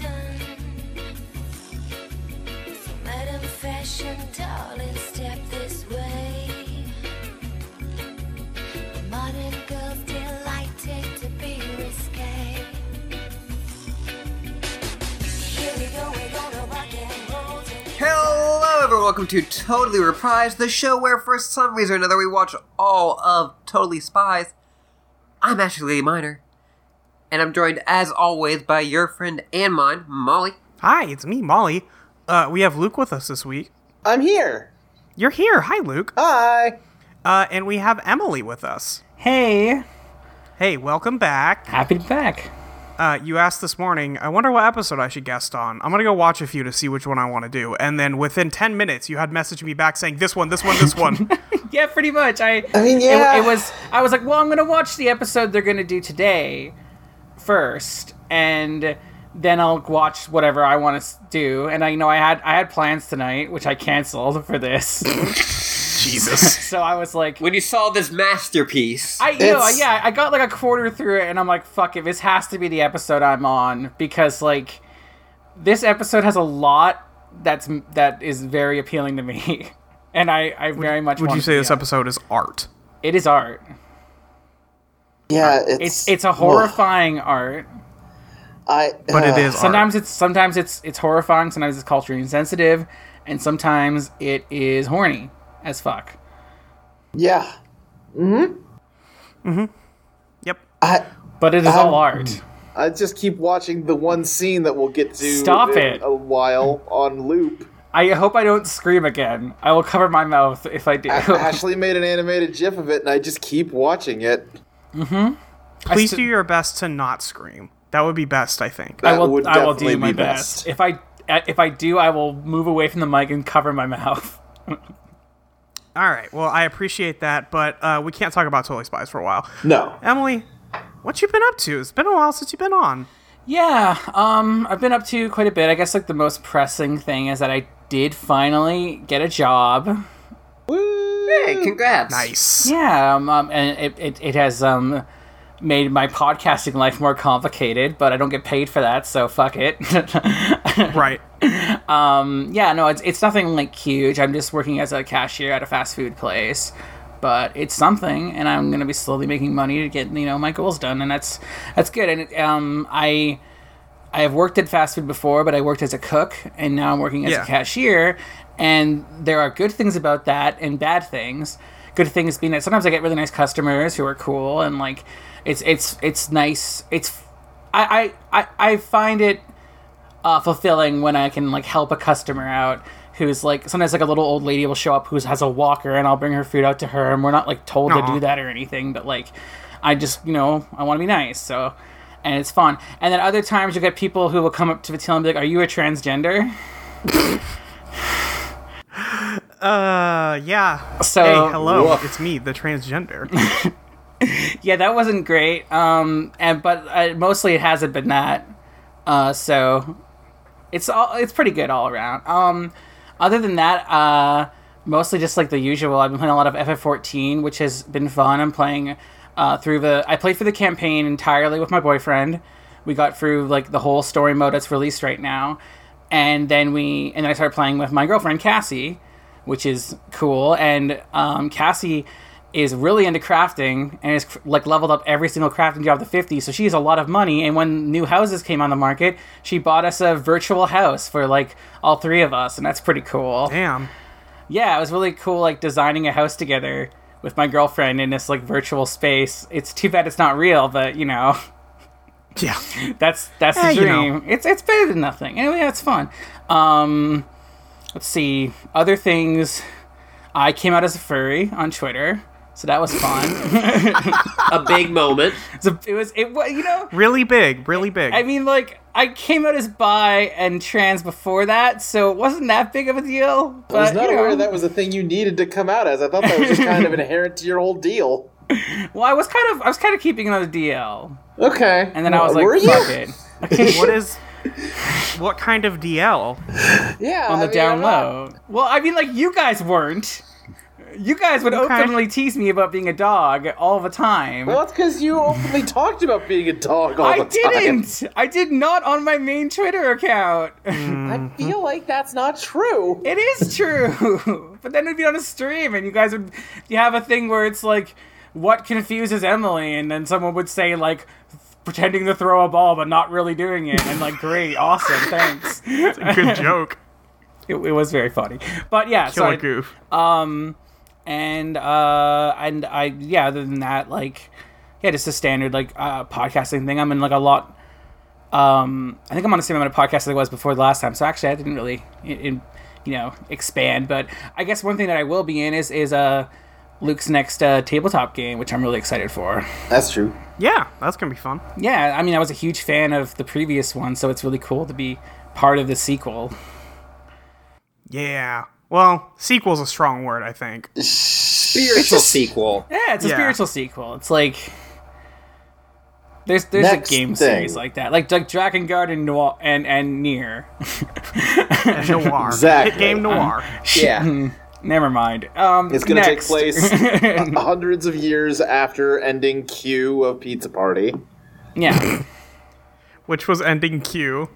done. So, Madam Fashion, darling, step this way. Modern girls delighted to be risque. Here we go, we're gonna rock and roll till we Hello, everyone. Welcome to Totally Reprised, the show where, for some reason or another, we watch all of Totally Spies. I'm Ashley Minor, and I'm joined, as always, by your friend and mine, Molly. Hi, it's me, Molly. Uh, we have Luke with us this week. I'm here. You're here. Hi, Luke. Hi. Uh, and we have Emily with us. Hey, Hey, welcome back. happy to be back. Uh, you asked this morning, I wonder what episode I should guest on. I'm going to go watch a few to see which one I want to do. And then within 10 minutes, you had messaged me back saying, this one, this one, this one. Yeah, pretty much. I, I mean, it- yeah. it, was. I was like, well, I'm gonna watch the episode they're gonna do today first, and then I'll watch whatever I want to do. And I you know I had I had plans tonight, which I canceled for this. Jesus. so I was like, When you saw this masterpiece, I you know, It's- yeah, I got like a quarter through it, and I'm like, fuck it, this has to be the episode I'm on because like this episode has a lot that's that is very appealing to me, and I I very much Would want you to say be this on it. episode is art? It is art. Yeah, it's It's it's a Ugh. horrifying art. I, But it uh, is art. Sometimes it's sometimes it's it's horrifying. Sometimes it's culturally insensitive, and sometimes it is horny as fuck. Yeah, Yep. I But it is all Um, art. I just keep watching the one scene that we'll get to. Stop in it. A while on loop. I hope I don't scream again. I will cover my mouth if I do. A- Ashley made an animated GIF of it, and I just keep watching it. Please st- do your best to not scream. That would be best, I think. That I will. would I will definitely do my be best. best. If I if I do, I will move away from the mic and cover my mouth. All right. Well, I appreciate that, but uh, we can't talk about Totally Spies for a while. No. Emily, what you been up to? It's been a while since you've been on. Yeah. Um. I've been up to quite a bit. I guess like the most pressing thing is that I did finally get a job. hey, congrats! Nice. Yeah, um, um, and it, it, it has um, made my podcasting life more complicated, but I don't get paid for that, so fuck it. Right. um, yeah, no, it's, it's nothing like huge. I'm just working as a cashier at a fast food place, but it's something, and I'm gonna be slowly making money to get you know my goals done, and that's that's good. And it, um, I. I have worked at fast food before, but I worked as a cook, and now I'm working as Yeah. a cashier. And there are good things about that, and bad things. Good things being that sometimes I get really nice customers who are cool, and like, it's it's it's nice. It's I I I, I find it uh, fulfilling when I can like help a customer out who's like sometimes like a little old lady will show up who has a walker, and I'll bring her food out to her, and we're not like told Aw. to do that or anything, but like, I just you know I want to be nice, so and it's fun. And then other times you'll get people who will come up to the till and be like, "Are you a transgender?" Uh, yeah. So hey, hello. Woof. It's me, the transgender. yeah, that wasn't great. Um, and but uh, mostly it hasn't been that. Uh, so it's all it's pretty good all around. Um, other than that, uh, mostly just like the usual. I've been playing a lot of FF14, which has been fun. I'm playing uh, through the. I played through the campaign entirely with my boyfriend. We got through like the whole story mode that's released right now, and then we and then I started playing with my girlfriend Cassie, which is cool. And um, Cassie is really into crafting and is like leveled up every single crafting job to 50 so she has a lot of money and when new houses came on the market she bought us a virtual house for like all three of us and that's pretty cool Damn. yeah it was really cool like designing a house together with my girlfriend in this like virtual space it's too bad it's not real but you know Yeah. that's that's Eh, the you dream. It's it's better than nothing. Anyway, that's fun. Um, let's see other things. I came out as a furry on Twitter, so that was fun. A big moment. It's a- it was it was you know Really big. Really big. I mean like I came out as bi and trans before that, so it wasn't that big of a deal. But I was not you know, aware that was a thing you needed to come out as. I thought that was just kind of inherent to your whole deal. well, I was kind of I was kind of keeping another DL, Okay. and then I was like, were you? fuck it. what is? What kind of DL? Yeah. on I the mean, down I'm not- low. Well, I mean, like you guys weren't. You guys would Okay. openly tease me about being a dog all the time. Well, that's because you openly talked about being a dog all I the time. didn't. I did not on my main Twitter account. I feel like that's not true. It is true. but then it'd be on a stream, and you guys would you have a thing where it's like, what confuses Emily, and then someone would say like, pretending to throw a ball but not really doing it, and like, great, awesome, thanks. It, Good joke. it was very funny. But yeah, so Killer I- goof. um, and uh, and I yeah. Other than that, like yeah, just a standard like uh, podcasting thing. I'm in like a lot. Um, I think I'm on the same amount of podcasts as I was before the last time. So actually, I didn't really in, in, you know expand. But I guess one thing that I will be in is is uh Luke's next uh, tabletop game, which I'm really excited for. That's true. Yeah, that's gonna be fun. Yeah, I mean, I was a huge fan of the previous one, so it's really cool to be part of the sequel. Yeah. Well, sequel's a strong word, I think. Spiritual sequel. Yeah, it's a Yeah. spiritual sequel. It's like there's there's Next a game thing. series like that, like like Dragon Guard and Noir and and Near. Noir. Exactly. Hit game noir. Yeah. Never mind. Um, It's going to take next. place hundreds of years after ending Q of Pizza Party. Yeah, which was ending Q.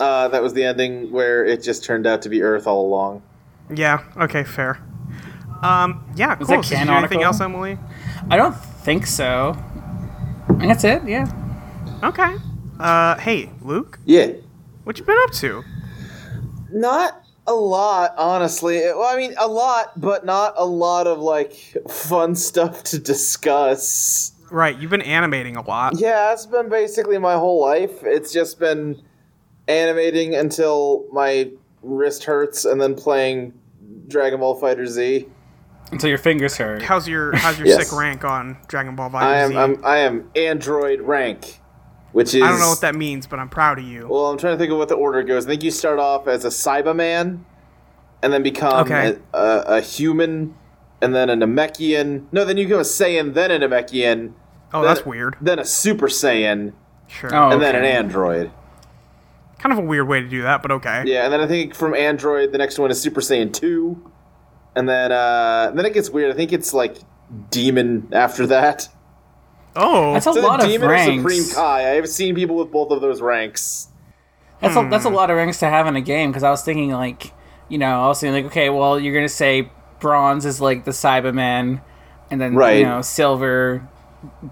Uh, that was the ending where it just turned out to be Earth all along. Yeah. Okay. Fair. Um. Yeah. Cool. that So did you do anything canonical? else, Emily? I don't think so. And that's it. Yeah. Okay. Uh. Hey, Luke. Yeah. What you been up to? Not a lot, honestly. Well, I mean, a lot, but not a lot of like fun stuff to discuss. Right. You've been animating a lot. Yeah, it's been basically my whole life. It's just been animating until my wrist hurts, and then playing Dragon Ball Fighter Z. Until your fingers hurt. How's your How's your Yes. sick rank on Dragon Ball Fighter I am Z? I'm, I am Android rank, which is I don't know what that means, but I'm proud of you. Well, I'm trying to think of what the order goes. I think you start off as a Cyberman, and then become Okay. a, a, a human, and then a Namekian. No, then you become a Saiyan, then a Namekian. Oh, then- that's weird. Then a Super Saiyan, Sure. Oh, and then an okay. Android. Kind of a weird way to do that, but okay. Yeah, and then I think from Android, the next one is Super Saiyan two, and then uh, then it gets weird. I think it's like Demon after that. Oh. That's a So lot the of Demon or Supreme ranks. Kai. I have seen people with both of those ranks. That's a, that's a Hmm. lot of ranks to have in a game because I was thinking like, you know, I was thinking like, okay, well, you're gonna say bronze is like the Cyberman, and then Right. you know silver,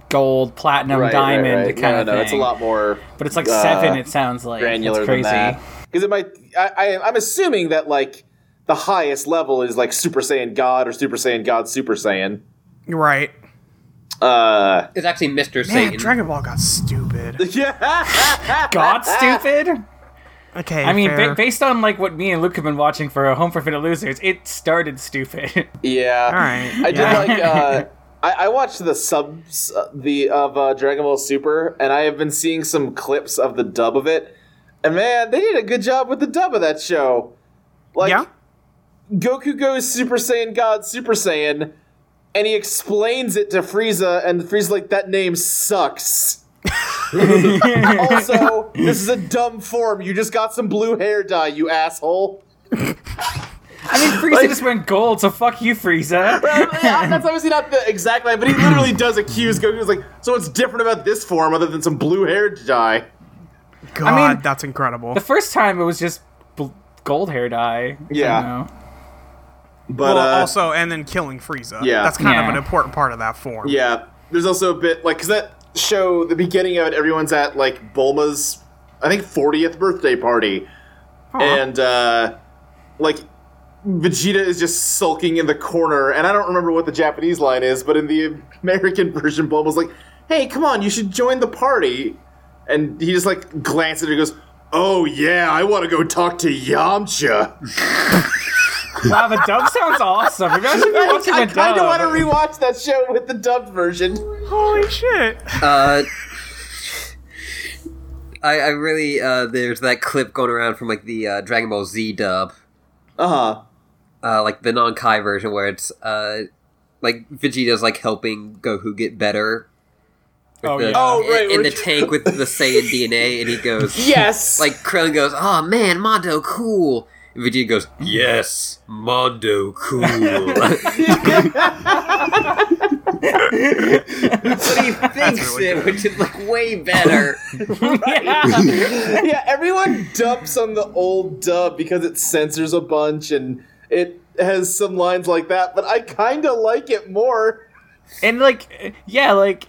gold, platinum, diamond, that kind no, of no, thing. it's a lot more. But it's like uh, seven. It sounds like granular it's crazy. than that. Because it might, I, I, I'm assuming that like the highest level is like Super Saiyan God or Super Saiyan God Super Saiyan. Right. Uh, It's actually Mr. Man, Satan. Dragon Ball got stupid. yeah, God, stupid. Okay. I mean, fair. ba- based on like what me and Luke have been watching for Home for Fiddle Losers, it started stupid. yeah. All right. I did yeah. like. Uh, I, I watched the subs uh, the of uh, Dragon Ball Super, and I have been seeing some clips of the dub of it. And man, they did a good job with the dub of that show. Like, Yeah. Goku goes Super Saiyan God Super Saiyan, and he explains it to Frieza, and Frieza's like, that name sucks. also, this is a dumb form. You just got some blue hair dye, you asshole. I mean, Frieza just went gold, so fuck you, Frieza. I mean, I- That's obviously not the exact line, but he literally does accuse Goku. He's like, so what's different about this form other than some blue hair dye? God, mean- that's incredible. The first time it was just bl- gold hair dye. I Yeah. don't know. But well, uh, also, and then killing Frieza. Yeah. That's kind of Yeah. an important part of that form. Yeah, there's also a bit like because that show the beginning of it, everyone's at like Bulma's, I think 40th birthday party, and uh, like Vegeta is just sulking in the corner, and I don't remember what the Japanese line is, but in the American version, Bulma's like, "Hey, come on, you should join the party," and he just like glances at her and goes. Oh yeah, I want to go talk to Yamcha. Wow, the dub sounds awesome. Maybe I should be I, watching the dub. kind of want to rewatch that show with the dubbed version. Holy shit. Uh, I, I really uh, there's that clip going around from like the uh, Dragon Ball Z dub, Uh huh. uh, like the non Kai version, where it's uh, like Vegeta's like helping Goku get better. with Oh, the- yeah. Oh, in- right, in the which- tank with the Saiyan DNA, and he goes Yes. like Krillin goes, "Oh man, Mondo, cool." And Vegeta goes, "Yes, Mondo, cool." But he thinks really it, which is like way better. Yeah. yeah, everyone dumps on the old dub because it censors a bunch and it has some lines like that, but I kind of like it more. and like yeah like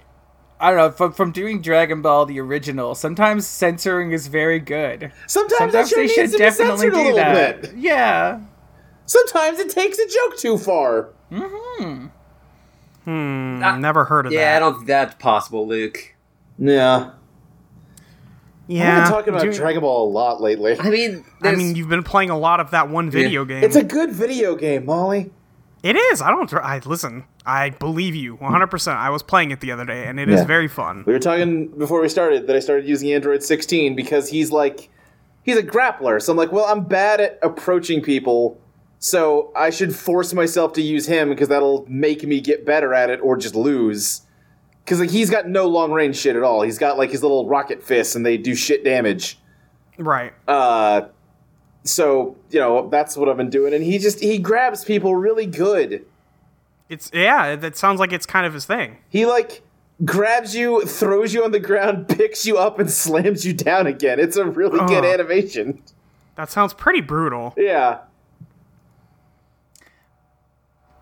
i don't know from, from doing dragon ball the original sometimes censoring is very good Sometimes, sometimes that show they should needs to be definitely censored a do little that bit. yeah Sometimes it takes a joke too far. I've Hmm, never heard of yeah, I that. don't think that's possible, Luke. Yeah. yeah, We've been talking about do- Dragon Ball a lot lately. I mean, I there's, mean, you've been playing a lot of that one video game. It's a good video game, Molly. It is. I don't. I listen. I believe you 100. percent I was playing it the other day, and it is Yeah. very fun. We were talking before we started that I started using Android 16 because he's like, he's a grappler. So I'm like, well, I'm bad at approaching people, so I should force myself to use him because that'll make me get better at it or just lose. Because like he's got no long range shit at all. He's got like his little rocket fists and they do shit damage. Right. Uh, so you know that's what I've been doing, and he just he grabs people really good. It's yeah. it- That sounds like it's kind of his thing. He like grabs you, throws you on the ground, picks you up, and slams you down again. It's a really good Ugh. animation. That sounds pretty brutal. Yeah.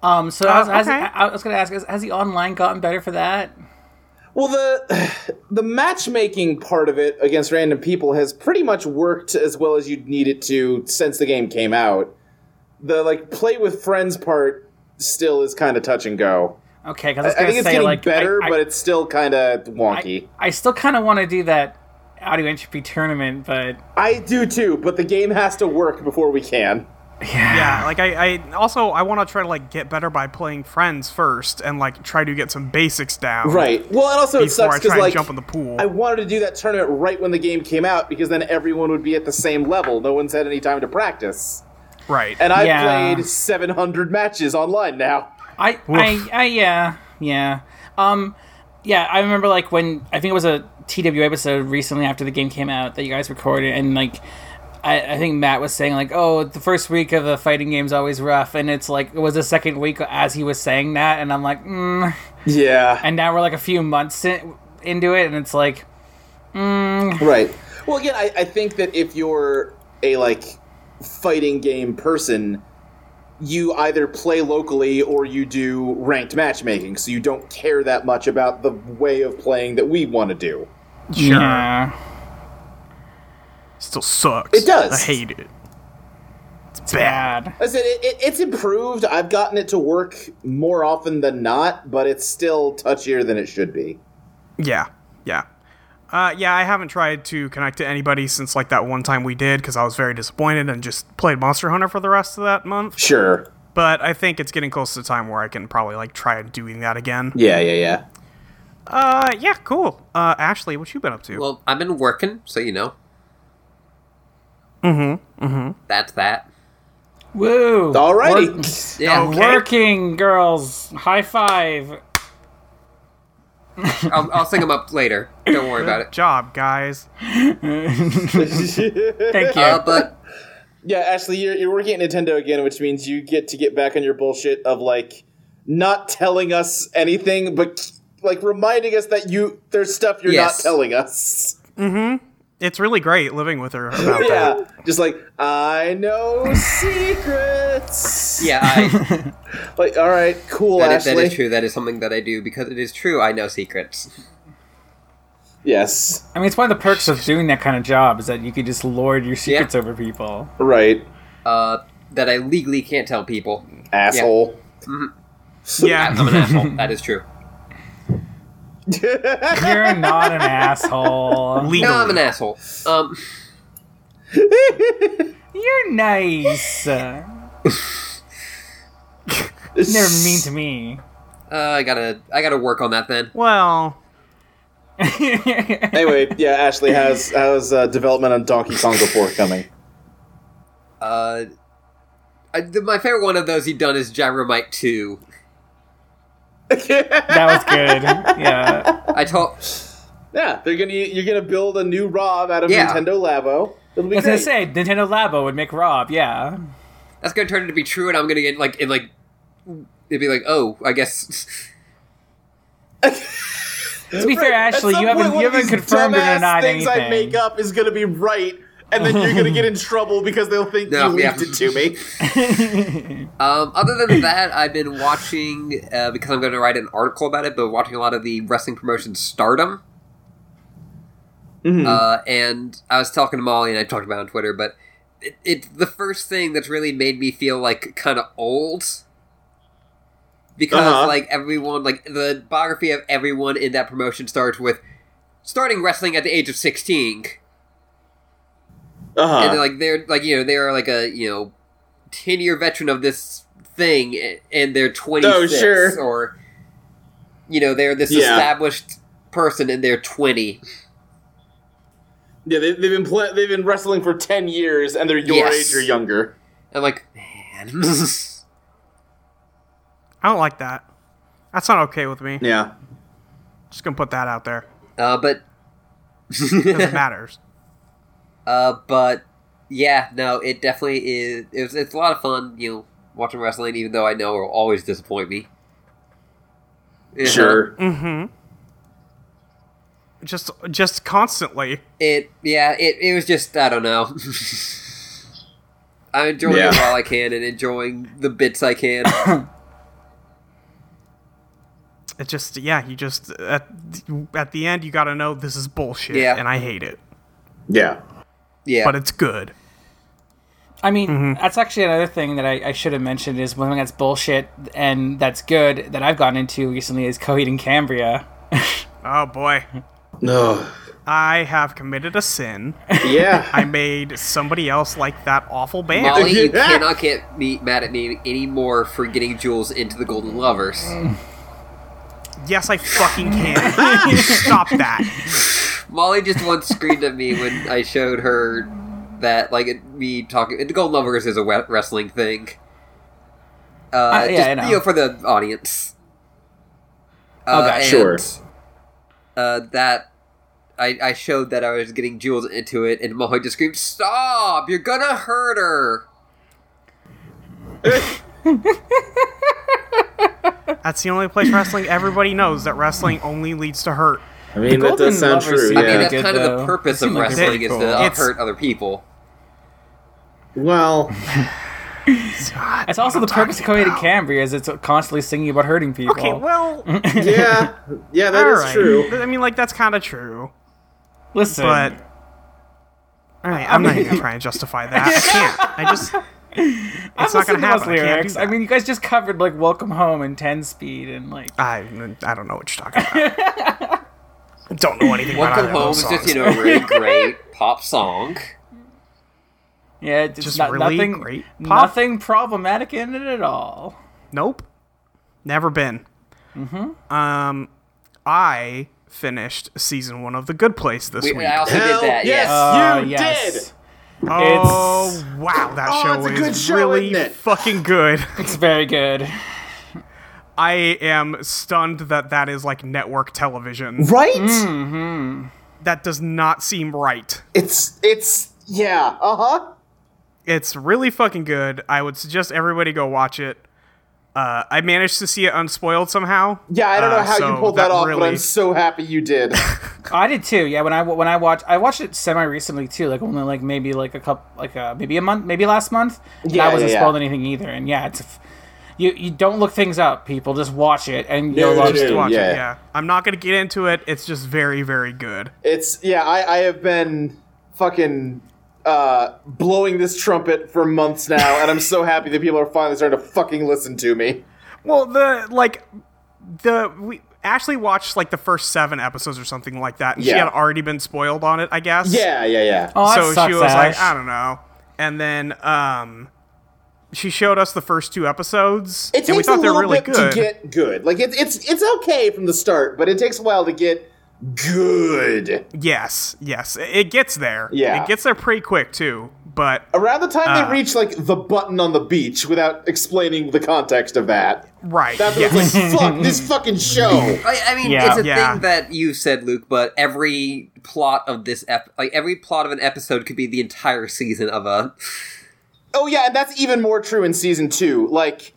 um so I, was, Uh, I was- okay. I, I was gonna ask has, has the online gotten better for that Well, the the matchmaking part of it against random people has pretty much worked as well as you'd need it to since the game came out. The like play with friends part still is kind of touch and go. okay because i was I gonna think it's say getting like better, I, I, but it's still kind of wonky. I, I still kind of want to do that audio entropy tournament but I do too, but the game has to work before we can. Yeah. Like I. I also I want to try to like get better by playing friends first, and like try to get some basics down. Right. Well, and also it Before sucks I try because and like jump in the pool. I wanted to do that tournament right when the game came out because then everyone would be at the same level. No one's had any time to practice, Right. and I've Yeah. played 700 matches online now. I, I, I, yeah, yeah. Um, yeah, I remember like when I think it was a TW episode recently after the game came out that you guys recorded, and like I, I think Matt was saying like, oh, the first week of a fighting game's always rough, and it's like it was the second week as he was saying that, and I'm like, mm. Yeah. and now we're like a few months in, into it, and it's like, right well again I, I think that if you're a like fighting game person you either play locally or you do ranked matchmaking so you don't care that much about the way of playing that we want to do Sure. yeah, Still sucks. It does. I hate it. It's bad. bad. i said it, it, it's improved i've gotten it to work more often than not but it's still touchier than it should be Yeah. Yeah. Uh, yeah, I haven't tried to connect to anybody since like that one time we did because I was very disappointed and just played Monster Hunter for the rest of that month. sure But I think it's getting close to the time where I can probably like try doing that again. yeah yeah yeah Uh, yeah, cool. Uh, Ashley, what you been up to? well, I've been working, so you know. Mm-hmm. Mm-hmm. That's that. Woo! alrighty Work- Yeah. Okay. working girls, high five. I'll, I'll sing them up later. Don't worry about it. Job, guys. Thank you. Uh, but Yeah, Ashley, you're, you're working at Nintendo again, which means you get to get back on your bullshit of like not telling us anything, but like reminding us that you there's stuff you're Yes. not telling us. It's really great living with her about that. Yeah, just like I know secrets. yeah, I, like all right, cool, that, is, Ashley. that is true. That is something that I do because it is true. I know secrets. Yes, I mean, it's one of the perks of doing that kind of job is that you could just lord your secrets over people. right, Uh, that I legally can't tell people. asshole. Yeah. I'm an asshole. That is true. You're not an asshole. Legally. No, I'm an asshole. Um, You're nice. Never mean to me. uh, I gotta, I gotta work on that then. well, Anyway, yeah, Ashley, how's how's uh, development on Donkey Kong before coming? Uh, I, th- my favorite one of those you've done is Gyromite Two. that was good. Yeah. I told, Yeah, they're gonna you're gonna build a new Rob out of Yeah. Nintendo Labo. It'll be I was gonna great. say Nintendo Labo would make Rob. Yeah, That's gonna turn out to be true, and I'm gonna get like in like it'd be like, oh, I guess to be fair, At Ashley, some you haven't point, you one of haven't these confirmed or dumbass denied things anything. I make up is going to be right, and then you're going to get in trouble because they'll think No, you yeah. leaked it to me. Um, other than that, I've been watching uh, because I'm going to write an article about it, but watching a lot of the wrestling promotion Stardom. Mm-hmm. Hmm. Uh, and I was talking to Molly, and I talked about it on Twitter, but it, it the first thing that's really made me feel like kind of old because Uh-huh. like everyone, like the biography of everyone in that promotion starts with starting wrestling at the age of sixteen and uh, Uh-huh. they're like they're like you know they're like a you know 10 year veteran of this thing a- and they're 26 Oh, sure. or you know they're this Yeah. established person and they're 20 yeah, they, they've been pla they've been wrestling for ten years, and they're your Yes. age or younger. i'm like man I don't like that. That's not okay with me. Yeah. Just gonna put that out there. uh, but Doesn't matters. uh, but yeah no it definitely is it was, it's a lot of fun you know watching wrestling even though i know it'll always disappoint me Uh-huh. Sure. Mm-hmm. Mm-hmm. Just just constantly. it yeah it, it was just i don't know i'm enjoying it Yeah. while i can and enjoying the bits i can It just yeah, you just at at the end you got to know this is bullshit Yeah. and I hate it, Yeah. yeah but it's good. I mean, that's actually another thing that I, I should have mentioned is one thing that's bullshit and that's good that I've gotten into recently is Coheed and Cambria. Oh boy. No. I have committed a sin. Yeah. I made somebody else like that awful band. Molly, you Ah! cannot get me mad at me anymore for getting Jules into the Golden Lovers. Yes, I fucking can. Stop that. Molly just once screamed at me when I showed her that, like, it- me talking. The Golden Lovers is a we- wrestling thing. Uh, Uh, yeah, just, I know. you know, for the audience. Okay. and, Sure. Uh, that I, I showed that I was getting Jules into it, and Molly just screamed, "Stop! You're gonna hurt her!" That's the only place wrestling. Everybody knows that wrestling only leads to hurt. I mean, that Golden does sound Lovers true. seemed I mean, Yeah. like that's good, kind of the though. purpose They of seem like they're wrestling is cool. to It's- hurt other people. Well, It's also the purpose of Coheed and Cambria is it's constantly singing about hurting people. Okay, well, yeah, yeah, that all is right. true. I mean, like that's kind of true, Listen, but all right, I'm not even gonna try and justify that. I can't. I just. It's I'm not gonna listening to those happen. I can't do lyrics. I that. mean, you guys just covered like "Welcome Home" and "10 Speed" and like Uh, I I don't know what you're talking about. don't know anything Welcome about either Home of is those just, you songs. know, a really great pop song. yeah, it's Just not, really nothing, great pop. nothing problematic in it at all. Nope, never been. Mm-hmm. Um, I finished season one of The Good Place this We, week. I also Hell did that. yes. Yes. Uh, You yes. did! Oh wow, that Oh, show it's a is good show, really isn't it? fucking good. It's very good. I am stunned that that is like network television. Right? That does not seem right. It's it's yeah. Uh huh. It's really fucking good. I would suggest everybody go watch it. Uh, I managed to see it unspoiled somehow. Yeah, I don't Uh, know how so you pulled Ah, that, off, but really- I'm so happy you did. I did too. Yeah, when I when I watched I watched it semi recently too, like only like maybe like a couple like uh, maybe a month, maybe last month. Yeah, Yeah, I wasn't yeah, yeah. spoiled anything either. And yeah, it's a f- you you don't look things up, people. Just watch it and you'll no, love no. it. Just watch Yeah. it. Yeah, I'm not gonna get into it. It's just very, very good. It's yeah. I I have been fucking uh blowing this trumpet for months now, and I'm so happy that people are finally starting to fucking listen to me. Well, the like the we Ashley watched like the first seven episodes or something like that, and she Yeah. had already been spoiled on it, I guess. Yeah, yeah, yeah. Oh, that so sucks, she was Ash. like, I don't know. And then um she showed us the first two episodes, It and we takes a thought they little were really bit good. to get good. Like it's it's it's okay from the start, but it takes a while to get good. Yes, yes, it it gets there. Yeah. it gets there pretty quick too. But Around the time Uh. they reach like the button on the beach without explaining the context of that, right, that's when yes. it's like fuck this fucking show. I, I mean, Yeah. it's a Yeah. thing that you said, Luke. But every plot of this, ep- like every plot of an episode, could be the entire season of a. Oh yeah, and that's even more true in season two. Like,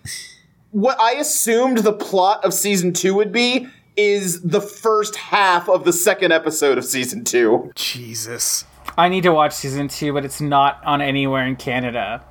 what I assumed the plot of season two would be is the first half of the second episode of season two. Jesus. I need to watch season two, but it's not on anywhere in Canada.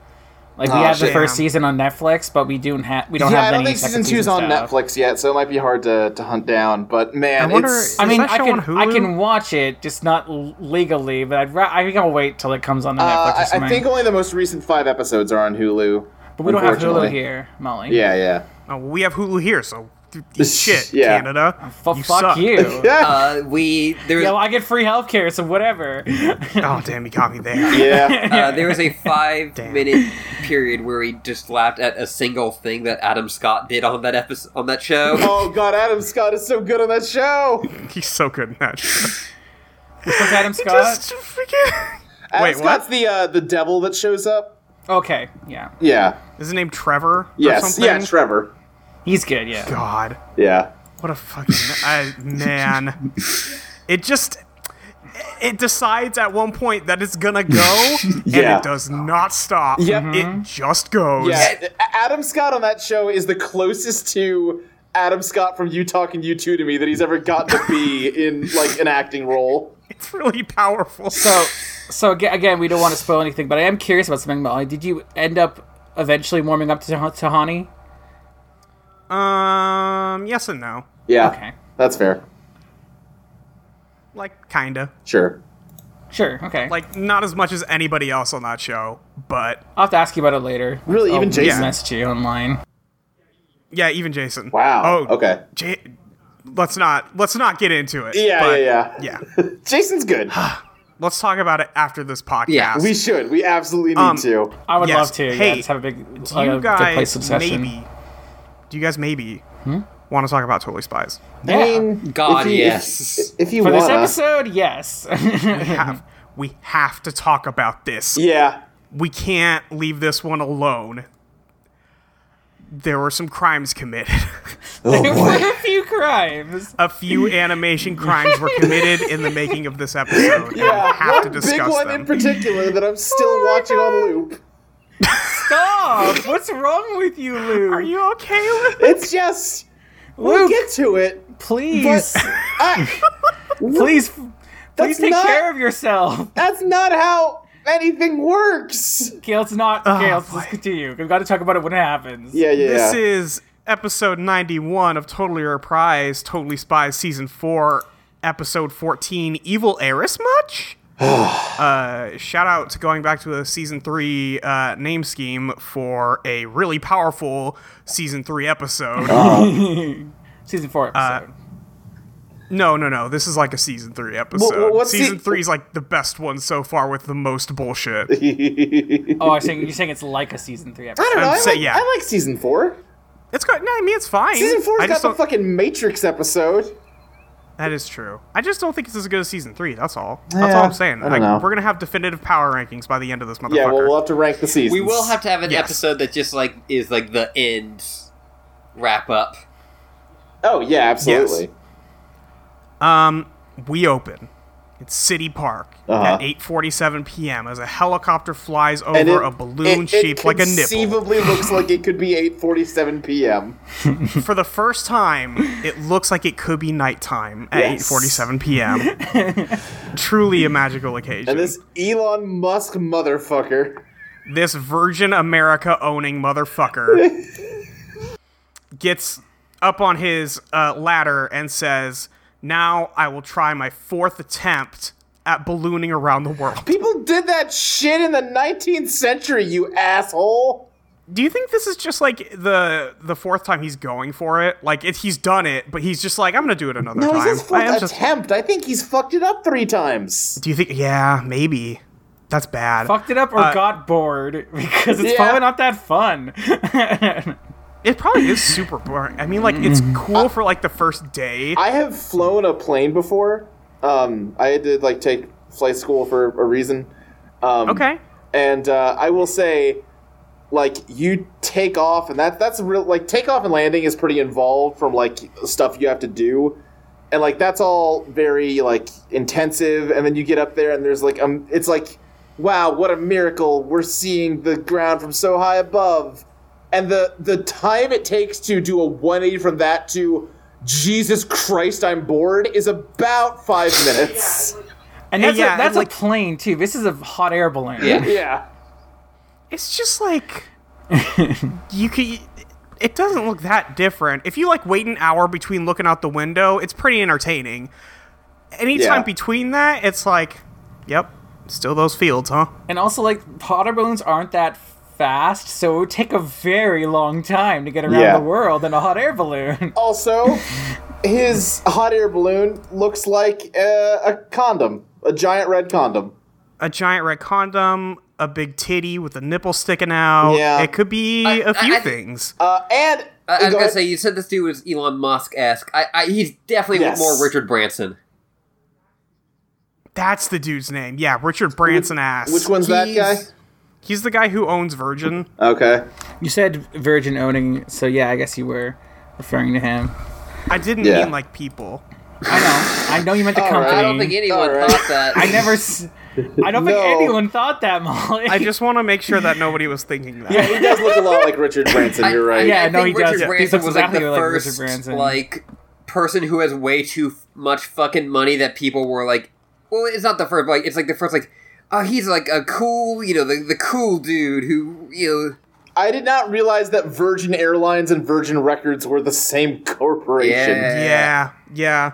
Like we Aw, have the shit. first season on Netflix, but we don't have we don't Oh, yeah, have I don't any think second season two is on stuff. Netflix yet, so it might be hard to, to hunt down. But man, I wonder- it's I Is mean, that I show can on I Hulu? can watch it, just not l- legally. But I'd ra- I think I'll wait till it comes on the Netflix. Uh, or I, I something. think only the most recent five episodes are on Hulu. but we don't have Hulu unfortunately. here, Molly. Yeah, yeah. Oh, we have Hulu here, so th- th- shit, Yeah. Canada. F- you fuck suck. you. yeah, Yeah. Uh, we there was, well, I get free healthcare, so whatever. Oh damn, you got me there. yeah. uh, there was a five Damn. minute period where we just laughed at a single thing that Adam Scott did on that episode on that show. Oh god, Adam Scott is so good on that show. He's so good in that. show. Was Adam Scott? Just freaking. Adam Wait, Scott's what? the uh, the devil that shows up. Okay, yeah, Yeah. Is his name Trevor? or Yes. something? Yeah, Trevor. he's good. Yeah, God. Yeah. What a fucking I, man! It just it decides at one point that it's gonna go, Yeah. and it does not stop. Yep. it just goes. Yeah. A- Adam Scott on that show is the closest to Adam Scott from You Talking You Two to Me that he's ever gotten to be in like an acting role. It's really powerful. So, so aga- again, we don't want to spoil anything, but I am curious about something, Molly. Did you end up eventually warming up to Tahani? um, yes and no, Yeah. Okay. That's fair. like kinda, Sure. Sure. Okay. Like, like not as much as anybody else on that show, but I'll have to ask you about it later. Really, I'll even Jason? message you online. yeah, even Jason. Wow. Oh, okay. Ja- let's not let's not get into it. Yeah, but- yeah, yeah. yeah. Jason's good. Let's talk about it after this podcast. Yeah, We should. We absolutely need Um, to. I would Yes. love to. yeah, Hey, just have a big, Do like, you a good place guys discussion. maybe? Do you guys maybe want to talk about Totally Spies? Yeah. I mean, God, if you, yes. If, if you For wanna, this episode, yes. Have, we have to talk about this. yeah. We can't leave this one alone. There were some crimes committed. a few crimes. A few animation crimes were committed in the making of this episode. and Yeah, we have to one discuss big one them. in particular that I'm still watching on loop. Stop! What's wrong with you, Luke? Are you okay with It's just we'll Luke. get to it. please, But uh, I, please, please That's take not- care of yourself. that's not how anything works. Gail, it's not. Oh, Gail, let's boy. continue. We've got to talk about it when it happens. Yeah, yeah. This yeah. is episode 91 of Totally Reprise, Totally Spies Season 4, Episode 14, Evil Heiress Much? uh, shout out to going back to the Season 3 uh, name scheme for a really powerful Season 3 episode. Season four Uh, episode. No, no, no. This is like a Season 3 episode. well, what's season the- 3 is like the best one so far with the most bullshit. oh, I think you're saying it's like a season three I episode. don't know. I'd I say, like, yeah. I like season four. It's got, no, I mean, it's fine. Season I four's got just the don't- fucking Matrix episode. That is true. I just don't think it's as good as season three. That's all. That's Yeah, all I'm saying. I don't Like, know. We're gonna have definitive power rankings by the end of this motherfucker. Yeah, well, we'll have to rank the seasons. we will have to have an Yes. episode that just like is like the end wrap up. Oh yeah, absolutely. um, we open. It's City Park Uh-huh. at 8:47 p.m. as a helicopter flies over And it- a balloon it- it shaped like a nipple. Conceivably looks like it could be 8:47 p.m. For the first time, it looks like it could be nighttime at Yes. 8:47 p.m. Truly a magical occasion. And this Elon Musk motherfucker. this Virgin America owning motherfucker gets up on his uh, ladder and says, "Now I will try my fourth attempt at ballooning around the world." People did that shit in the 19th century, you asshole. Do you think this is just like the the fourth time he's going for it? Like it, he's done it, but he's just like, "I'm gonna do it another No, time." it's his I am fourth just- attempt. I think he's fucked it up three times. Do you think? Yeah, maybe. That's bad. Fucked it up or Uh, got bored because it's Yeah. probably not that fun. It probably is super boring. I mean, like it's cool for like the first day. Mm-hmm. I have flown a plane before. Um, I had to like take flight school for a reason. Um, okay. and uh, I will say, like you take off, and that that's a real like takeoff and landing is pretty involved from like stuff you have to do, and like that's all very like intensive, and then you get up there and there's like um, it's like, wow, what a miracle! We're seeing the ground from so high above, and the the time it takes to do a 180 from that to Jesus Christ, I'm bored is about five minutes. And that's, yeah, a, that's and, like- a plane too. This is a hot air balloon. Yeah. yeah. It's just like you can. It doesn't look that different. If you like wait an hour between looking out the window, it's pretty entertaining. Anytime Yeah. between that, it's like, yep, still those fields, huh? And also, like, potter balloons aren't that fast, so it would take a very long time to get around Yeah. the world in a hot air balloon. Also, his hot air balloon looks like uh, a condom, a giant red condom. A giant red condom, a big titty with a nipple sticking out. Yeah. It could be a few I- I- things. Uh, and I, I Go was gonna ahead. say you said this dude was Elon Musk esque. I, I he's definitely Yes. more Richard Branson. That's the dude's name. Yeah, Richard Branson ass. which one's that guy? He's- He's the guy who owns Virgin. Okay. you said virgin owning, so yeah, I guess you were referring to him. I didn't Yeah. mean like people. I know. I know you meant the All right. company. I don't think anyone Alright. thought that. I never. S- I don't No. think anyone thought that, Molly. I just want to make sure that nobody was thinking that. He does look a lot like Richard Branson. You're right. yeah. no, think he does. Richard Yeah, he Branson looks was like the exactly like Richard first Branson. like person who has way too f- much fucking money that people were like, well, it's not the first, but like it's like the first like, oh, he's like a cool, you know, the the cool dude who you I did not realize that Virgin Airlines and Virgin Records were the same corporation. Yeah. Yeah, yeah.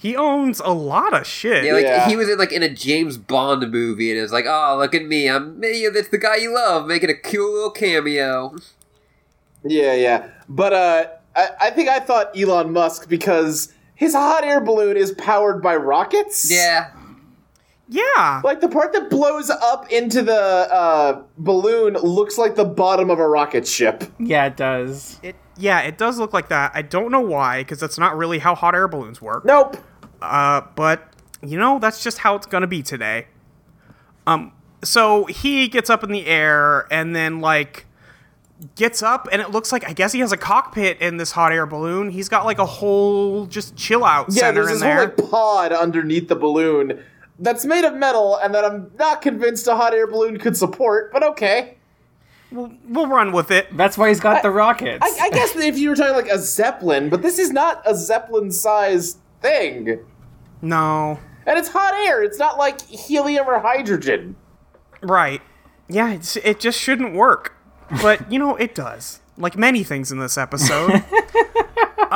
He owns a lot of shit. know, yeah, like Yeah. he was in like in a James Bond movie, and it was like, oh, look at me, I'm you know, that's the guy you love making a cool little cameo. Yeah, yeah. But uh, I, I think I thought Elon Musk because his hot air balloon is powered by rockets. Yeah, yeah. Like the part that blows up into the uh, balloon looks like the bottom of a rocket ship. yeah, it does. It, yeah, it does look like that. I don't know why, because that's not really how hot air balloons work. Nope. Uh, but you know, that's just how it's gonna be today. Um, so he gets up in the air and then like gets up, and it looks like I guess he has a cockpit in this hot air balloon. He's got like a whole just chill out Yeah, center there's in this there. whole like pod underneath the balloon that's made of metal and that I'm not convinced a hot air balloon could support, but okay. we'll, we'll run with it. That's why he's got the rockets. I, I guess if you were talking like a zeppelin, but this is not a zeppelin-sized thing, No, and it's hot air. It's not like helium or hydrogen. Right. Yeah, it's, it just shouldn't work. But, you know, it does. Like many things in this episode. um,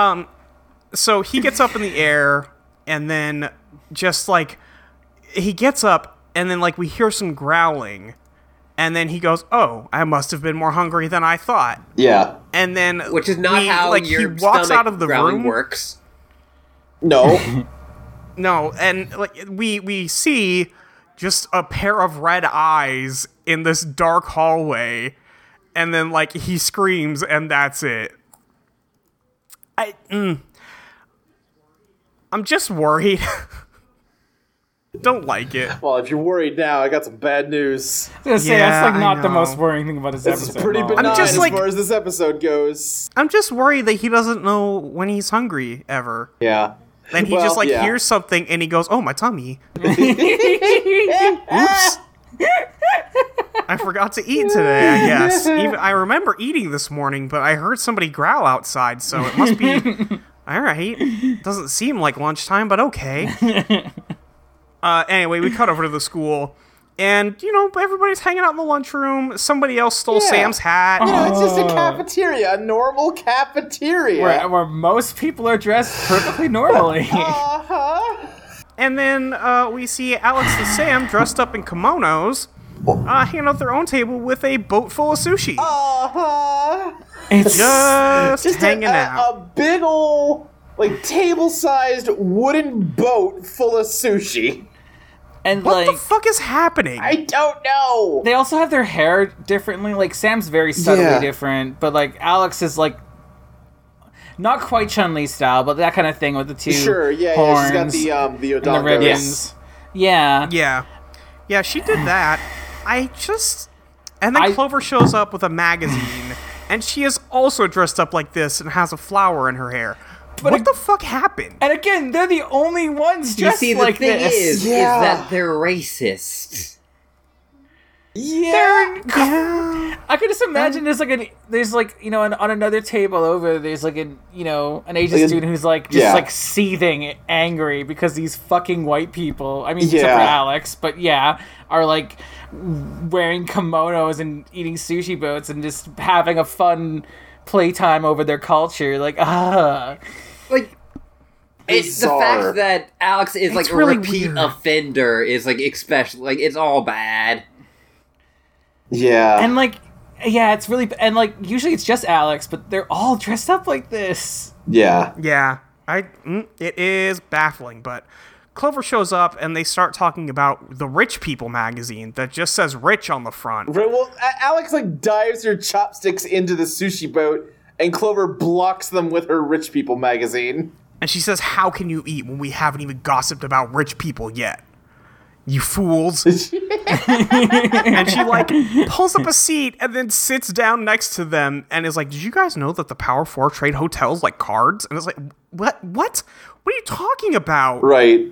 so he gets up in the air and then just like he gets up and then like we hear some growling and then he goes, "Oh, I must have been more hungry than I thought." Yeah. And then which is not we- how like your he walks stomach out of the growling room. works. No. No, and like we we see just a pair of red eyes in this dark hallway, and then like he screams, and that's it. I, mm, I'm just worried. Don't like it. well, if you're worried now, I got some bad news. was gonna say Yeah, that's like I not the know. most worrying thing about this This is episode. pretty Molly. benign just, like- as far as this episode goes. I'm just worried that he doesn't know when he's hungry ever. Yeah. And he Well, just like yeah. hears something and he goes, "Oh, my tummy! Oops. I forgot to eat today." I guess. Even I remember eating this morning, but I heard somebody growl outside, so it must be All right. Doesn't seem like lunchtime, but okay. uh, anyway, we cut over to the school, and you know everybody's hanging out in the lunchroom. Somebody else stole Yeah. Oh, Sam's hat. No, it's just a cafeteria, a normal cafeteria. where, where most people are dressed perfectly normally. Uh-huh. And then uh, we see Alex and Sam dressed up in kimonos, uh, hanging out at their own table with a boat full of sushi, Oh. Uh-huh. it's just, Just hanging a, uh, a- out. a big ol' like table-sized wooden boat full of sushi. and what like the fuck is happening? I don't know. they also have their hair differently. Like Sam's very subtly Yeah. different, but like Alex is like not quite Chun Li style, but that kind of thing with the two sure, yeah, horns uh, yeah. She's got the um the and the Odonto. ribbons. Yeah. yeah, yeah, she did that. I just. And then I- Clover shows up with a magazine, and she is also dressed up like this and has a flower in her hair. what it- the fuck happened? And again, they're the only ones You just see, the like thing this. is, Yeah. is that they're racist. Yeah. yeah. I could just Um, imagine there's like an there's like you know an, on another table over there's like an you know an Asian Like a- student who's like just yeah. like seething angry because these fucking white people I mean except for Yeah. Alex but yeah are like wearing kimonos and eating sushi boats and just having a fun playtime over their culture like ah Like, it's the Bizarre. fact that Alex is like It's a really repeat weird. offender is like especially like it's all bad. Yeah. and like yeah it's really and like usually it's just Alex but they're all dressed up like this yeah. Yeah. I. Mm, it is baffling, but. Clover shows up and they start talking about the Rich People magazine that just says rich on the front. Right, well, A- Alex like dives her chopsticks into the sushi boat, and Clover blocks them with her rich people magazine. And she says, How can you eat when we haven't even gossiped about rich people yet? You fools. and she like pulls up a seat and then sits down next to them and is like, Did you guys know that the Power Four trade hotels like cards? And it's like, What what? What are you talking about? right.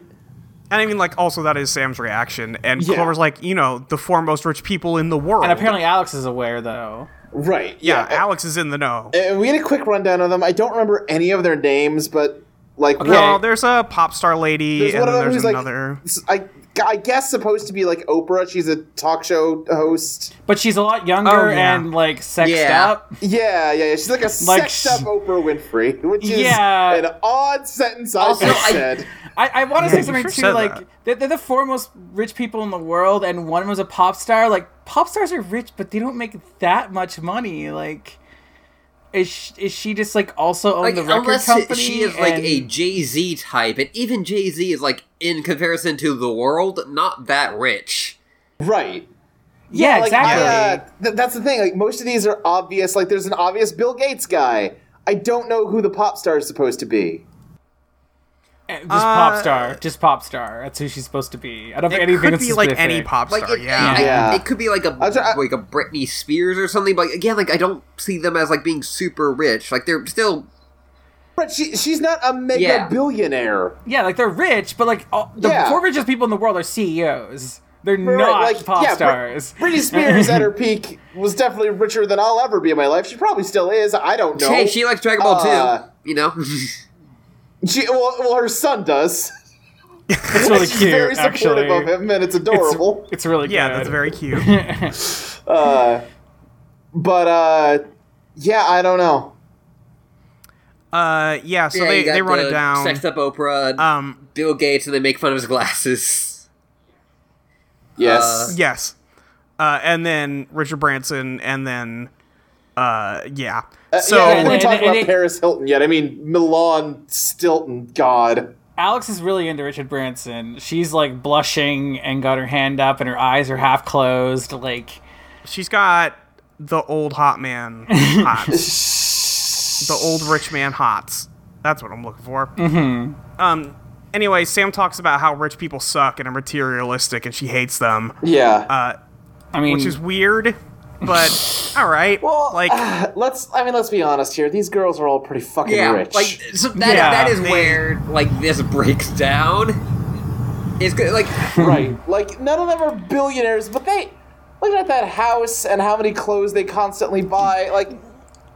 And I mean like also that is Sam's reaction. And Yeah. Clover's like, you know, the four most rich people in the world. and apparently Alex is aware though Right. yeah, Yeah. Alex is in the know. And we get a quick rundown of them. I don't remember any of their names, but like Well, Oh, there's a pop star lady, there's and one of then them there's who's like, another. s- I, I guess supposed to be like Oprah. She's a talk show host. But she's a lot younger Oh, yeah. and like sexed Yeah. up. Yeah, yeah, yeah. She's like a sexed up she- Oprah Winfrey, which is Yeah. an odd sentence I Also, just I- said. I, I want to you say something sure too. said like that. they're, they're the four most rich people in the world, and one was a pop star. Like pop stars are rich, but they don't make that much money. Like is she, is she just like also own Like, the record unless company? she is like and- a Jay Z type, and even Jay Z is like in comparison to the world, not that rich. Right. yeah, Like, exactly. I, uh, th- that's the thing. Like most of these are obvious. Like there's an obvious Bill Gates guy. I don't know who the pop star is supposed to be. Eh, just pop star, just pop star. That's who she's supposed to be. I don't Uh, It think anything could that's be like any specific. pop star, Like it, yeah. I- Yeah. it could be like a was- I- like a Britney Spears or something. But again, like I don't see them as like being super rich. Like they're still But she she's not a mega Yeah. billionaire. Yeah, like they're rich, but like all, the Yeah. four richest people in the world are CEOs. They're Right, not like, pop yeah, Brit- stars. Britney Spears at her peak was definitely richer than I'll ever be in my life. She probably still is. I don't know. hey, she likes Dragon Ball Uh, too. You know, She- well, well, her son does. It's really She's cute, very actually. supportive of him, and it's adorable. It's really good. Yeah, that's very cute. Uh, but uh, yeah, I don't know. Uh, yeah. So Yeah, they, you got they run it the down. Sexed up Oprah, Um, Bill Gates, and they make fun of his glasses. Yes. Uh, yes. Uh, and then Richard Branson, and then, uh, yeah. Uh, so yeah, and we're And- talking and- about and- Paris Hilton yet. I mean, Milan Stilton. God. Alex is really into Richard Branson. She's like blushing and got her hand up, and her eyes are half closed. Like, she's got the old hot man hots, the old rich man hots. That's what I'm looking for. Mm-hmm. Um. Anyway, Sam talks about how rich people suck and are materialistic, and she hates them, Yeah. Uh, I mean, which is weird. But all right, well, like let's. I mean, let's be honest here. These girls are all pretty fucking yeah, rich. like so that Yeah, that is they- where like this breaks down. It's good, like right. Like none of them are billionaires, but they. Looking at that house and how many clothes they constantly buy, like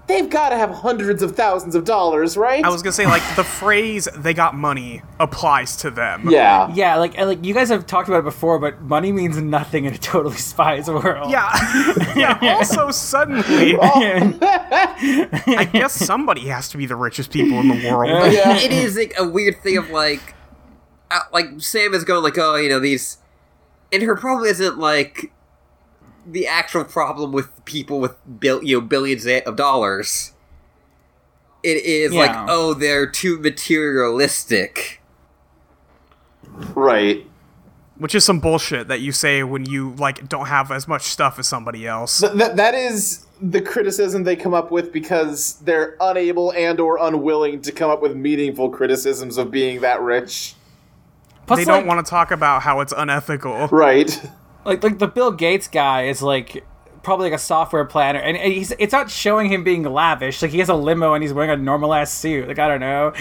they've got to have hundreds of thousands of dollars, right? I was gonna say, like the phrase "they got money" applies to them. Yeah. yeah, like, and, like you guys have talked about it before, but money means nothing in a totally spies world. Yeah. Oh. yeah. Also, suddenly, I guess somebody has to be the richest people in the world. Yeah. it is like a weird thing of like, uh, like Sam is going like, oh, you know these, and her problem isn't like the actual problem with people with bill, you know, billions of dollars. It is Yeah. like, oh, they're too materialistic. Right. Which is some bullshit that you say when you like don't have as much stuff as somebody else. Th- that that is the criticism they come up with because they're unable and or unwilling to come up with meaningful criticisms of being that rich. Plus, They don't like, want to talk about how it's unethical. Right. like like the Bill Gates guy is like probably like a software planner, and, and he's it's not showing him being lavish. Like he has a limo and he's wearing a normal ass suit. Like I don't know.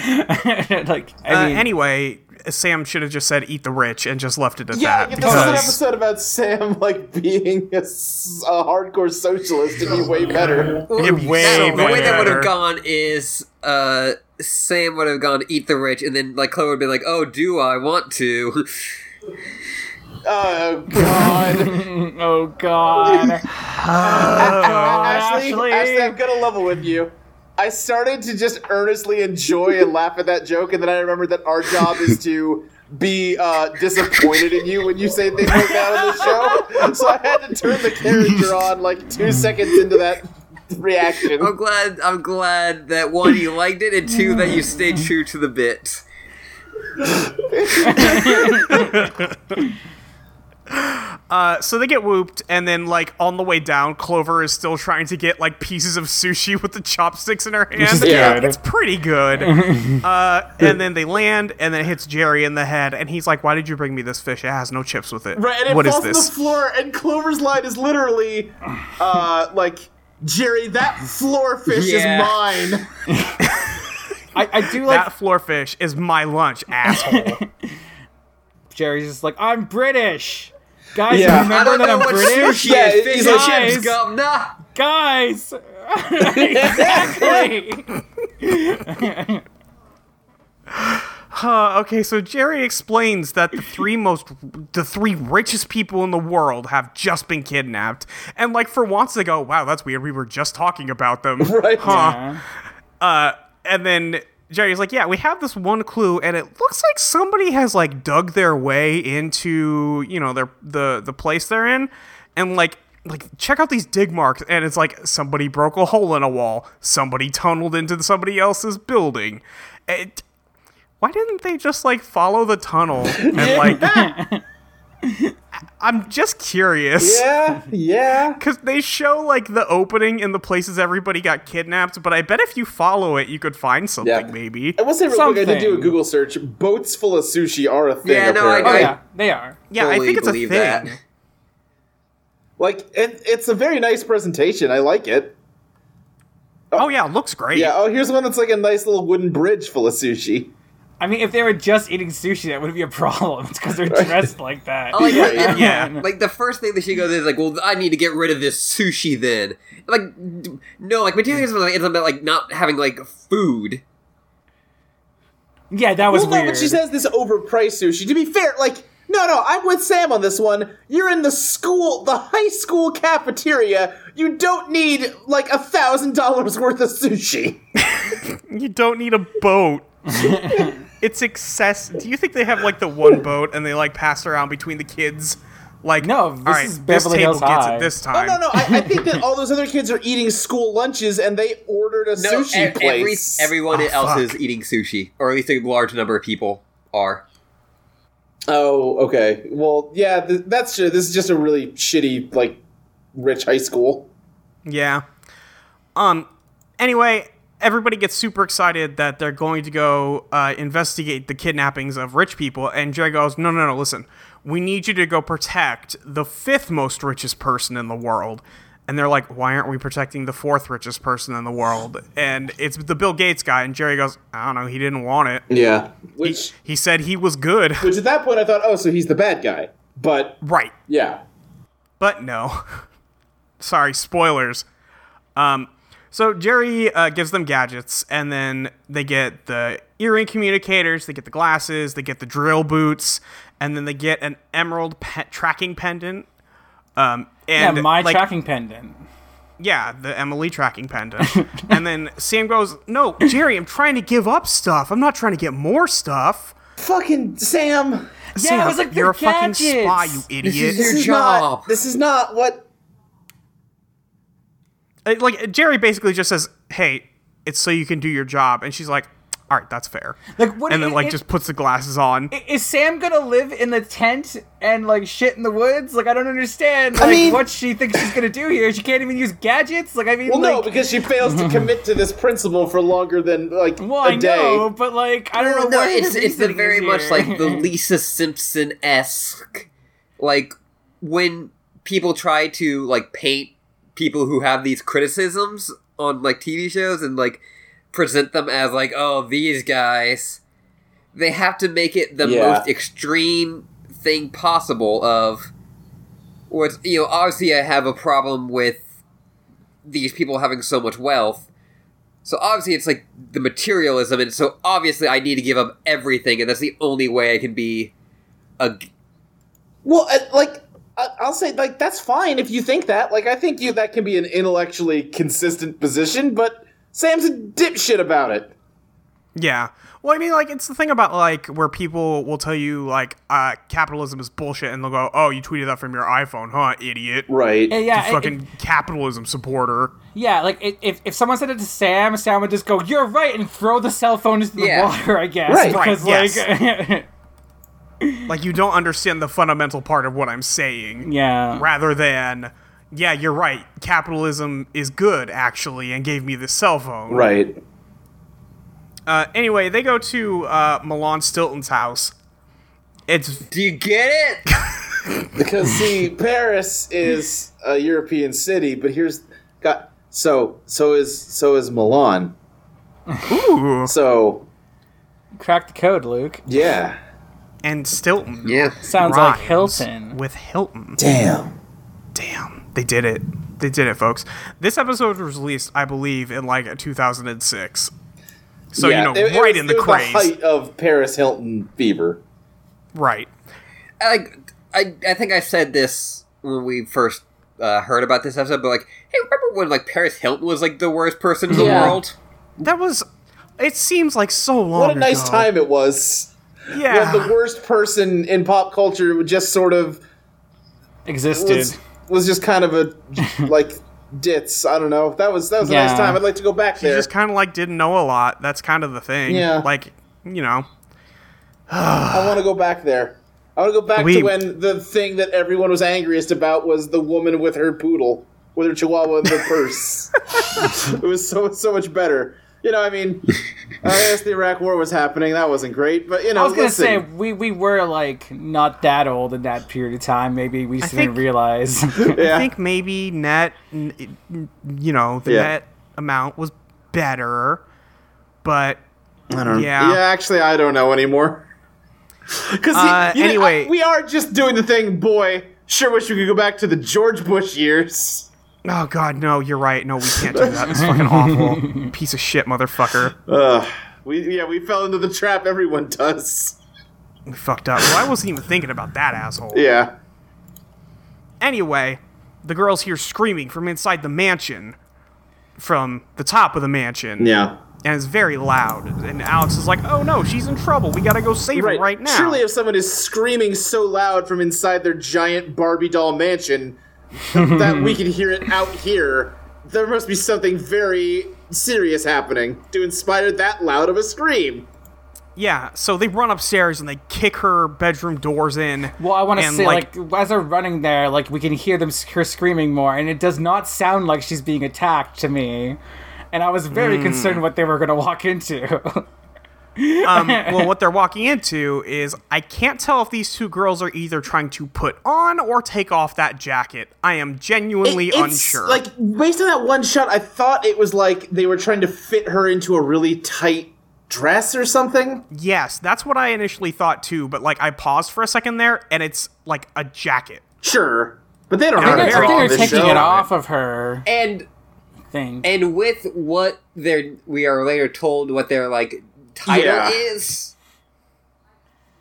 like I Uh, mean, anyway, Sam should have just said "eat the rich" and just left it at Yeah, that. if this is an because- episode about Sam like being a, s- a hardcore socialist, it'd be way better. It'd be That- so the way much that would better. have gone is uh, Sam would have gone eat the rich, and then like Chloe would be like, "Oh, do I want to?" Oh God, oh god. Oh. Ashley, Ashley. Ashley, I'm gonna level with you. I started to just earnestly enjoy and laugh at that joke, and then I remembered that our job is to be uh, disappointed in you when you say things like that on the show. So I had to turn the character on like two seconds into that reaction. I'm glad. I'm glad that one you liked it, and two that you stayed true to the bit. Uh, so they get whooped, and then like on the way down, Clover is still trying to get like pieces of sushi with the chopsticks in her hand. is Yeah. good. it's pretty good. uh, and then they land, and then it hits Jerry in the head, and he's like, "Why did you bring me this fish? It has no chips with it. Right, and it What is falls this?" to the floor, and Clover's line is literally, uh, like, Jerry, that floor fish Yeah. is mine. I, I do like that floor fish is my lunch, asshole. Jerry's just like, I'm British. Guys, Yeah. I remember don't that know I'm what British? sushi Yeah, is. he's Fish like, and guys. chips gum. Nah. Guys! exactly! Uh, okay, so Jerry explains that the three most, the three richest people in the world have just been kidnapped, and like for once they go, "Wow, that's weird. We were just talking about them, Right. Huh? Uh, and then Jerry's like, "Yeah, we have this one clue, and it looks like somebody has like dug their way into you know their the the place they're in, and like." Like check out these dig marks, and it's like somebody broke a hole in a wall. Somebody tunneled into somebody else's building. It, why didn't they just like follow the tunnel? And like, I'm just curious. Yeah, yeah. Because they show like the opening and the places everybody got kidnapped, but I bet if you follow it, you could find something Yeah. maybe. I will say real quick, I did do a Something. Google search. Boats full of sushi are a thing. Yeah, no, I- apparently. Oh, yeah, they are. Yeah, I fully think it's a thing. believe that. Like, it, it's a very nice presentation. I like it. Oh yeah, looks great. Yeah, oh, here's one that's like a nice little wooden bridge full of sushi. I mean, if they were just eating sushi, that would be a problem. It's because they're dressed like that. Like, Yeah, and- yeah. and, Like the first thing that she goes is like, "Well, I need to get rid of this sushi." Then, like, d- no, like materialism like, ends up like not having like food. yeah, that was well, weird. no, but she says this overpriced sushi. To be fair, like, no, no, I'm with Sam on this one. You're in the school, the high school cafeteria. You don't need like a thousand dollars worth of sushi. You don't need a boat. it's excess. Do you think they have like the one boat and they like pass around between the kids? Like No, this all right, is this Beverly table Hills gets High. it this Oh time. no, no, I, I think that all those other kids are eating school lunches and they ordered a No, e-, sushi ev- every- place. everyone Oh, else fuck. is eating sushi, or at least a large number of people are. oh, okay. Well, yeah, th- that's true. This is just a really shitty, like, rich high school. Yeah. Um. Anyway, everybody gets super excited that they're going to go uh, investigate the kidnappings of rich people, and Jerry goes, "No, no, no! Listen, we need you to go protect the fifth most richest person in the world." And they're like, "Why aren't we protecting the fourth richest person in the world?" And it's the Bill Gates guy, and Jerry goes, "I don't know. He didn't want it. Yeah, which, He said he was good, which at that point I thought, oh, so he's the bad guy. But right?" yeah, But no. Sorry, spoilers. Um, so Jerry uh, gives them gadgets, and then they get the earring communicators, they get the glasses, they get the drill boots, and then they get an emerald pe- tracking pendant. Um, yeah, and my like, tracking pendant. yeah, the Emily tracking pendant. and then Sam goes, "No, Jerry, I'm trying to give up stuff. I'm not trying to get more stuff." fucking Sam. Yeah, Sam, it was like their you're a fucking spy, you gadgets. idiot. Your is job. Not, this is not what. Uh, like Jerry basically just says, "Hey, it's so you can do your job," and she's like, "All right, that's fair." Like, what and then i- like i- just puts the glasses on. I- Is Sam gonna live in the tent and like shit in the woods? Like I don't understand. Like mean- what she thinks she's gonna do here? She can't even use gadgets. Like I mean, Well, like, no, because she fails to commit to this principle for longer than like well, a I day. know, but like I don't know. No, what her it's it's the reasoning very is much here. like the Lisa Simpson esque, like when people try to like paint people who have these criticisms on like TV shows and like present them as like oh these guys they have to make it the Yeah. most extreme thing possible of or it's you know obviously I have a problem with these people having so much wealth so obviously it's like the materialism and so obviously I need to give up everything and that's the only way I can be a Well, uh, like I- I'll say, like that's fine if you think that. Like I think you that can be an intellectually consistent position, but Sam's a dipshit about it. Yeah. Well, I mean, like, it's the thing about, like, where people will tell you, like, uh, capitalism is bullshit, and they'll go, oh, you tweeted that from your iPhone, huh, idiot. Right. Yeah, You yeah, it- fucking capitalism supporter. Yeah, like i- if, if someone said it to Sam, Sam would just go, "You're right," and throw the cell phone into the Yeah. water. I guess Right. because Right, like Like, you don't understand the fundamental part of what I'm saying. yeah, Rather than, yeah, you're right, capitalism is good, actually, and gave me this cell phone. Right. Uh, anyway, they go to uh, Milan Stilton's house. It's do you get it Because see, Paris is a European city, but here's got so so is so is Milan. ooh, So crack the code, Luke. yeah. and Stilton yeah Sounds like rhymes Hilton. with Hilton. Damn. Damn, they did it. They did it, folks. This episode was released, I believe, in like 2006. So you know, it- it right was- in it the was craze, height of Paris Hilton fever. right? like I, I think I said this when we first uh, heard about this episode, but like, hey, remember when like Paris Hilton was like the worst person in the Yeah. world? That was. It seems like so long. What a nice ago. time it was. Yeah, When the worst person in pop culture would just sort of Existed. was, was just kind of a like ditz. I don't know. That was that was a Yeah. nice time. I'd like to go back you there. just kind of like didn't know a lot. That's kind of the thing. Yeah. like you know, I want to go back there. I want to go back We- to when the thing that everyone was angriest about was the woman with her poodle, with her chihuahua in her purse. it was so so much better. You know, I mean, I guess the Iraq War was happening. That wasn't great, but you know, I was gonna listen. say we, we were like not that old in that period of time. Maybe we just I didn't think- realize. yeah. I think maybe net, n- n- you know, the Yeah. net amount was better, but Yeah, actually, I don't know anymore. Because Uh, anyway. we are just doing the thing, boy. Sure, wish we could go back to the George Bush years. Oh god, no, you're right. No, we can't do that. It's fucking awful. Piece of shit, motherfucker. Ugh. We yeah, we fell into the trap everyone does. We fucked up. Well, I wasn't even thinking about that asshole. Yeah. Anyway, the girls hear screaming from inside the mansion. From the top of the mansion. Yeah. And it's very loud. And Alex is like, oh no, she's in trouble. We gotta go save her right now. Surely, if someone is screaming so loud from inside their giant Barbie doll mansion that we can hear it out here, there must be something very serious happening to inspire that loud of a scream. yeah, so they run upstairs and they kick her bedroom doors in. well, I want to and, say like, as they're running there, like we can hear them s- her screaming more, and it does not sound like she's being attacked to me. And I was very concerned what they were gonna walk into. um, well, what they're walking into is I can't tell if these two girls are either trying to put on or take off that jacket. I am genuinely It- it's, unsure. Like based on that one shot, I thought it was like they were trying to fit her into a really tight dress or something. yes, that's what I initially thought too, but like I paused for a second there and it's like a jacket. Sure, but they don't know I how to think, they're- I draw think on they're this taking show. it off of her And thing. and with what they're we are later told what their like title Yeah. is.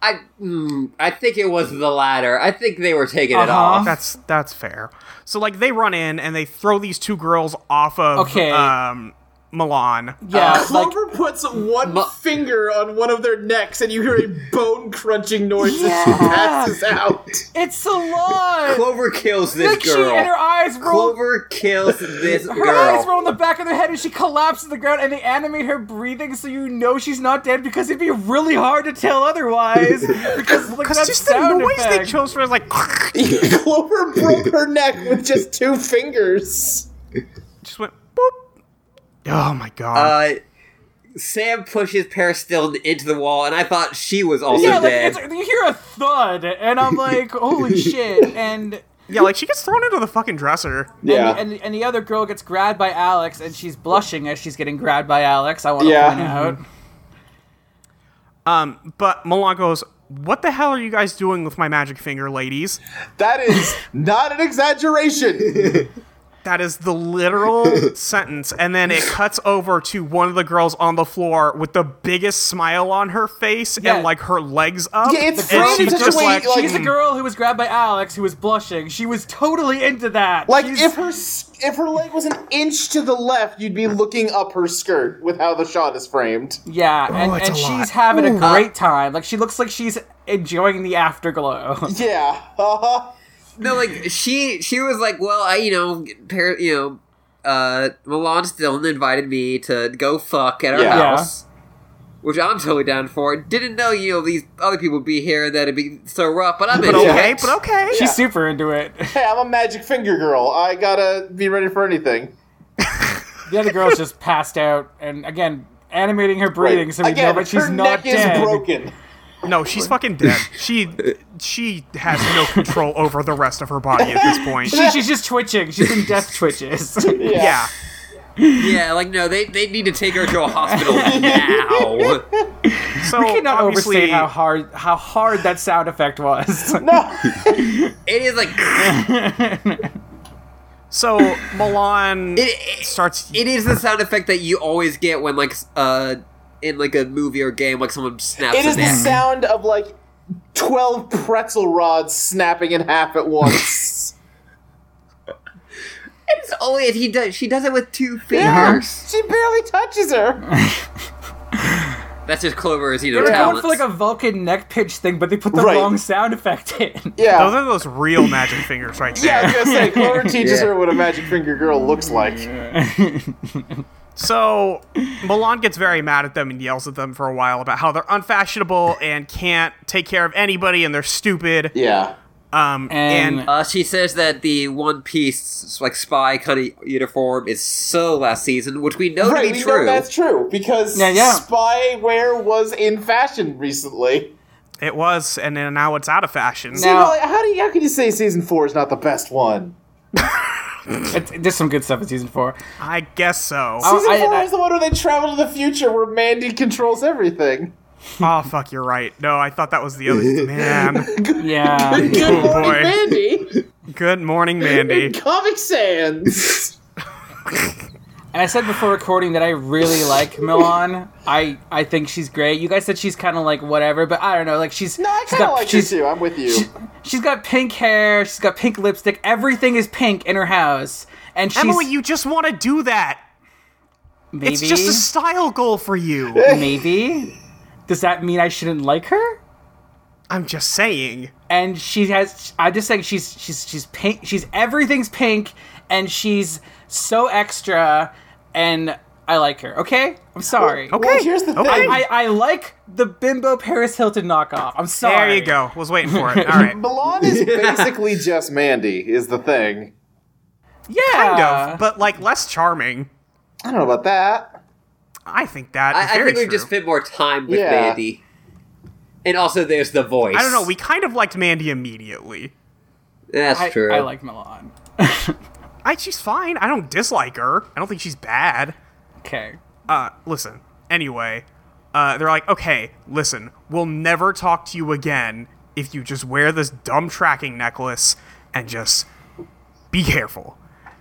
I mm, I think it was the latter. I think they were taking it Uh-huh. off. That's that's fair. So like they run in and they throw these two girls off of Okay. um Milan. uh, yeah, Uh, like Clover puts one Mu- finger on one of their necks, and you hear a bone crunching noise as she Yeah. passes out. it's a lot. Clover kills this Like she girl. and her eyes roll. Clover kills this Her eyes girl. roll in the back of her head and she collapses to the ground and they animate her breathing so you know she's not dead because it'd be really hard to tell otherwise. Because like Because that just the sound noise they effect. chose for is like Clover broke her neck with just two fingers. just went boop. Oh my god. Uh, Sam pushes Paris Stilton into the wall, and I thought she was also yeah, like dead. it's, you hear a thud and I'm like, holy shit. And Yeah, like she gets thrown into the fucking dresser. Yeah. And, and, and the other girl gets grabbed by Alex, and she's blushing as she's getting grabbed by Alex. I want to Yeah. point out. Mm-hmm. But Milan goes, "What the hell are you guys doing with my magic finger, ladies?" that is not an exaggeration. That is the literal sentence. And then it cuts over to one of the girls on the floor with the biggest smile on her face Yeah. and like her legs up. Yeah, it's and thrown in she's such a just way, like, like- She's the girl who was grabbed by Alex, who was blushing. She was totally into that. like She's- if her s- if her leg was an inch to the left, you'd be looking up her skirt with how the shot is framed. yeah, and, Oh, it's and a she's lot. having a great time. Like she looks like she's enjoying the afterglow. Yeah. Uh-huh. No, like she she was like, well, I you know, par- you know, uh, Milan Stillman invited me to go fuck at our Yeah. Yeah. house, which I'm totally down for. Didn't know you know these other people would be here and that it'd be so rough, but I'm But into it. okay, but okay. She's super into it. Hey, I'm a magic finger girl. I gotta be ready for anything. The other girl's just passed out, and again, animating her breathing so we know Again, that she's her not neck dead. is broken. No, she's fucking dead. She she has no control over the rest of her body at this point. She- she's just twitching. She's in death twitches. Yeah. Yeah. Yeah, like no, they they need to take her to a hospital now. So I cannot obviously overstate how hard how hard that sound effect was. No. It is like so Milan it, it, starts it is the sound effect that you always get when like s- uh in like a movie or game like someone snaps It a is the neck. sound of like 12 pretzel rods snapping in half at once. It's only if he does she does it with two Uh-huh. fingers. she barely touches her. That's just Clover's you They know were going talents. for like a Vulcan neck pitch thing, but they put the Right. wrong sound effect in. those Yeah. are those real magic fingers right there. Yeah, I was gonna say, Clover teaches Yeah. her what a magic finger girl looks like. So Milan gets very mad at them and yells at them for a while about how they're unfashionable and can't take care of anybody and they're stupid. Yeah. Um, And- and, Uh, she says that the One Piece like spy kind of uniform is so last season, which we know Right, to be we true. know that's true because Yeah, yeah. spywear was in fashion recently. it was, and then now it's out of fashion. See, Now- well, how do you, how can you say season four is not the best one? It's, there's some good stuff in season four. I guess so. Oh, Season I- four I- is the one where they travel to the future, where Mandy controls everything. oh fuck, you're right. No, I thought that was the other man. Yeah, Good morning, boy. Mandy. Good morning, Mandy. Comic Sans. and I said before recording that I really like Milan. I I think she's great. You guys said she's kind of like whatever, but I don't know. Like she's No, I she's kind of got- like you she's- too. I'm with you. She's got pink hair. She's got pink lipstick. Everything is pink in her house, and she's Emily, you just want to do that. maybe It's just a style goal for you. maybe. Does that mean I shouldn't like her? I'm just saying. and she has i'm just saying she's she's she's pink she's everything's pink and she's so extra and i like her okay i'm sorry Oh, Okay. Well, here's the okay. thing. I, I like the bimbo paris hilton knockoff i'm sorry there you go. Was waiting for it. All right. Milan is basically just Mandy, is the thing. yeah Kind of, but like less charming. I don't know about that. I think that is I, I very think we true. just spent more time with Yeah. Mandy. And also, there's the voice. I don't know. We kind of liked Mandy immediately. that's I, true. I like milan I, she's fine. I don't dislike her. I don't think she's bad. okay Uh, listen. Anyway, uh, they're like, okay, listen, we'll never talk to you again if you just wear this dumb tracking necklace and just be careful.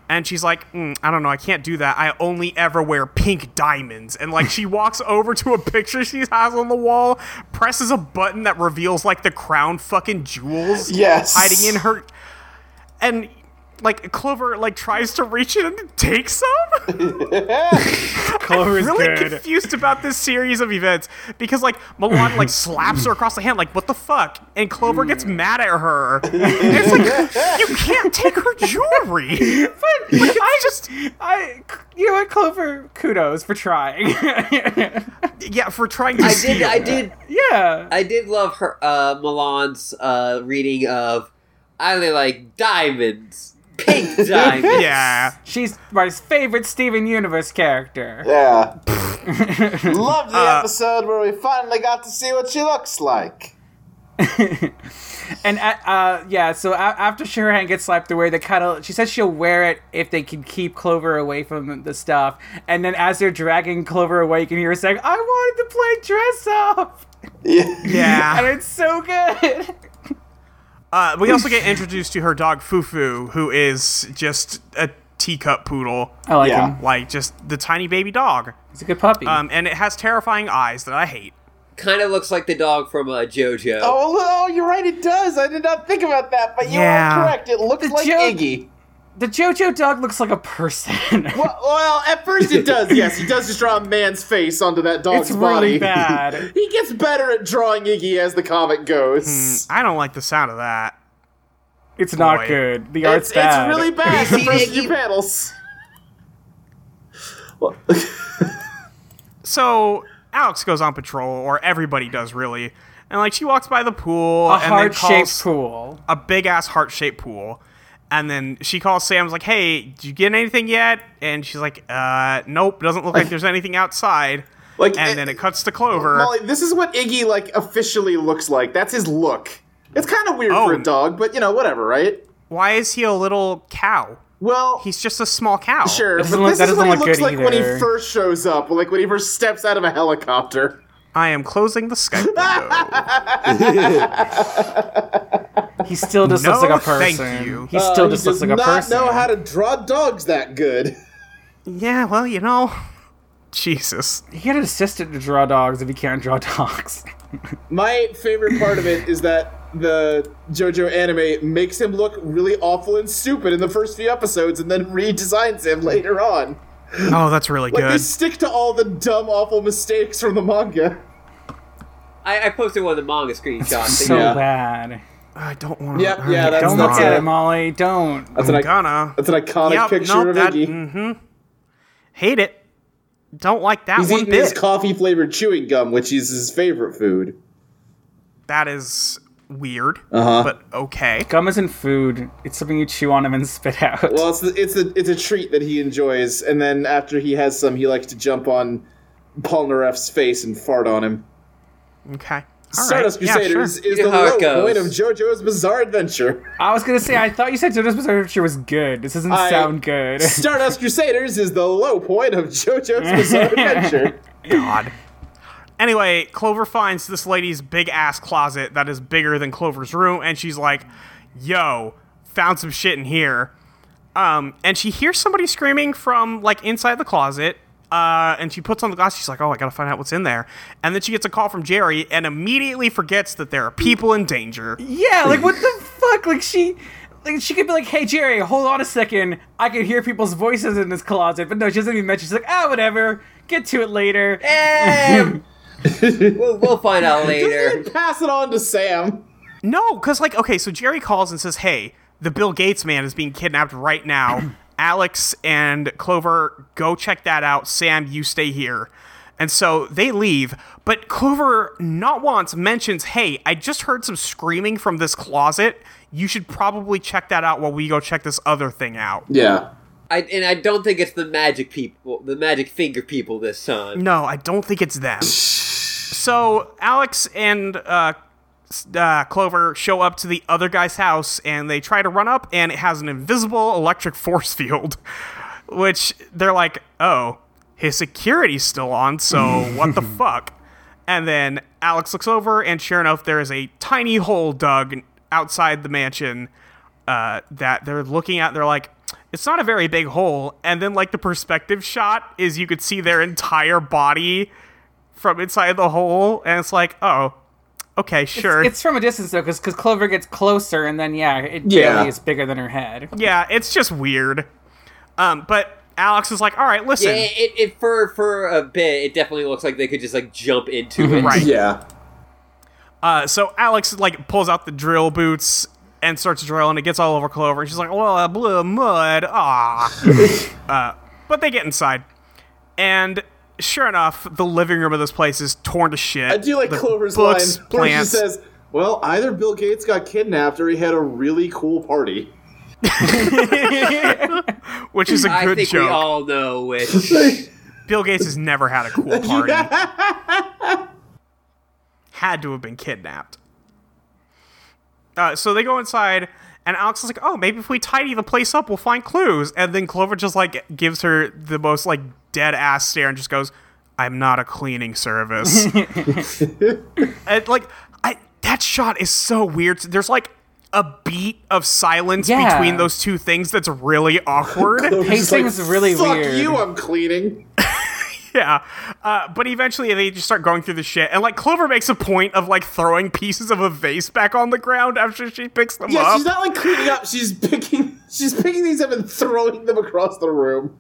And she's like, mm, I don't know, I can't do that. I only ever wear pink diamonds. And like, she walks over to a picture she has on the wall, presses a button that reveals like the crown fucking jewels. Yes. hiding in her and like Clover like tries to reach in and take some. Clover is really good. confused about this series of events because like Milan like slaps her across the hand like what the fuck, and Clover gets Mm. mad at her. And it's like you can't take her jewelry. But I just, I, you know what, Clover, kudos for trying. Yeah, for trying to I steal. did. I did. yeah. I did love her uh, Milan's uh, reading of. I only like diamonds, pink diamonds. Yeah, She's my favorite Steven Universe character. Yeah. Uh, Love the episode where we finally got to see what she looks like. And uh, uh, yeah, so a- after Shirahan gets slapped away, they kind of she says she'll wear it if they can keep Clover away from the stuff. And then as they're dragging Clover away, you can hear her saying, "I wanted to play dress up," Yeah. and Yeah. it's so good. Uh, we also get introduced to her dog Fufu, who is just a teacup poodle, Oh. I like Yeah. him. like just the tiny baby dog. He's a good puppy. Um, and it has terrifying eyes that I hate. Kind of looks like the dog from uh, JoJo. Oh, well, oh, you're right. It does. I did not think about that, but you Yeah. are correct. It looks The like joke- Iggy. the JoJo dog looks like a person. Well, well, at first it does. Yes, he does just draw a man's face onto that dog's it's body. really bad. He gets better at drawing Iggy as the comic goes. I don't like the sound of that. It's not Boy. good. The It's, art's it's bad. really bad. Have the you seen first few Iggy? panels. Well, So Alex goes on patrol, or everybody does really, and like she walks by the pool a and then heart shaped calls pool. a big ass heart shaped pool, and then she calls Sam's like, "Hey, did you get anything yet?" And she's like, "Uh, nope. Doesn't look like there's anything outside." Like, and it- then it cuts to Clover. Molly, this is what Iggy like officially looks like. That's his look. It's kind of weird for Oh. a dog, but you know, whatever, right? Why is he a little cow? Well, He's just a small cow. sure, but That doesn't look- this that is what doesn't he look looks good like when he either. first shows up, like when he first steps out of a helicopter. I am closing the Skype window. He still just No, looks like a person. thank you. He still Uh, just he looks does like a not person. know how to draw dogs that good. yeah, well, you know, Jesus. You get an assistant to draw dogs if you can't draw dogs. My favorite part of it is that the JoJo anime makes him look really awful and stupid in the first few episodes, and then redesigns him later on. Oh, that's really Like they good. stick to all the dumb, awful mistakes from the manga. I, I posted one of the manga screenshots. so Yeah. bad. I don't want to. Yep, yeah, that's- Don't that's look at it. it, Molly. Don't. That's an, icon- gonna. that's an iconic Oh Yep, picture nope, of that- Iggy. mhm. Hate it. Don't like that He's one eating his bit. coffee flavored chewing gum, which is his favorite food. that is weird, Uh-huh. but okay. Gum isn't food. It's something you chew on him and spit out. Well, it's the, it's a it's a treat that he enjoys, and then after he has some, he likes to jump on Paul Naref's face and fart on him. Okay. All right. Stardust Crusaders Yeah, sure. is You the know how low it goes. point of JoJo's Bizarre Adventure. I was gonna say I thought you said Jonas Bizarre Adventure was good. This doesn't I- sound good. Stardust Crusaders is the low point of JoJo's Bizarre Adventure. God. Anyway, Clover finds this lady's big ass closet that is bigger than Clover's room, and she's like, "Yo, found some shit in here." Um, and she hears somebody screaming from like inside the closet. Uh, and she puts on the glass. She's like, "Oh, I gotta find out what's in there." And then she gets a call from Jerry, and immediately forgets that there are people in danger. yeah, like what the fuck? Like she, like she could be like, "Hey Jerry, hold on a second. I can hear people's voices in this closet." But no, she doesn't even mention. She's like, "Ah, whatever. Get to it later." Damn! we'll, we'll find out later. Pass it on to Sam. No, because like okay, so Jerry calls and says, "Hey, the Bill Gates man is being kidnapped right now. Alex and Clover, go check that out. Sam, you stay here." And so they leave, but Clover not once mentions, "Hey, I just heard some screaming from this closet. You should probably check that out while we go check this other thing out." Yeah. I, and I don't think it's the magic people, the magic finger people this time. No, I don't think it's them. so Alex and uh, s- uh, Clover show up to the other guy's house, and they try to run up, and it has an invisible electric force field, which they're like, "Oh, his security's still on, so what the fuck?" And then Alex looks over, and sure enough, there is a tiny hole dug outside the mansion uh, that they're looking at. They're like, it's not a very big hole. And then, like, the perspective shot is you could see their entire body from inside the hole. And it's like, oh, okay, sure. It's from a distance though, because Clover gets closer, and then yeah, it Yeah. barely is bigger than her head. yeah, it's just weird. Um, but Alex is like, all right, listen. Yeah, it, it, it for for a bit, it definitely looks like they could just like jump into it. Mhm. Right. Yeah. Uh, so Alex like pulls out the drill boots and starts drilling. It gets all over Clover, and she's like, "Well, uh, blue mud, ah." uh, but they get inside, and sure enough, the living room of this place is torn to shit. I do like The Clover's books, line where plants- she says, "Well, either Bill Gates got kidnapped or he had a really cool party." which is a I good think we joke. all know which. Bill Gates has never had a cool party. Had to have been kidnapped. Uh, so they go inside, and Alex is like, "Oh, maybe if we tidy the place up, we'll find clues." And then Clover just like gives her the most like dead ass stare and just goes, "I'm not a cleaning service." and like, I that shot is so weird. There's like a beat of silence Yeah. between those two things that's really awkward. Pacing's really Fuck weird. you, I'm cleaning. Yeah, uh, but eventually they just start going through the shit, and like Clover makes a point of like throwing pieces of a vase back on the ground after she picks them Yeah, up. she's not like cleaning up. She's picking. She's picking these up and throwing them across the room.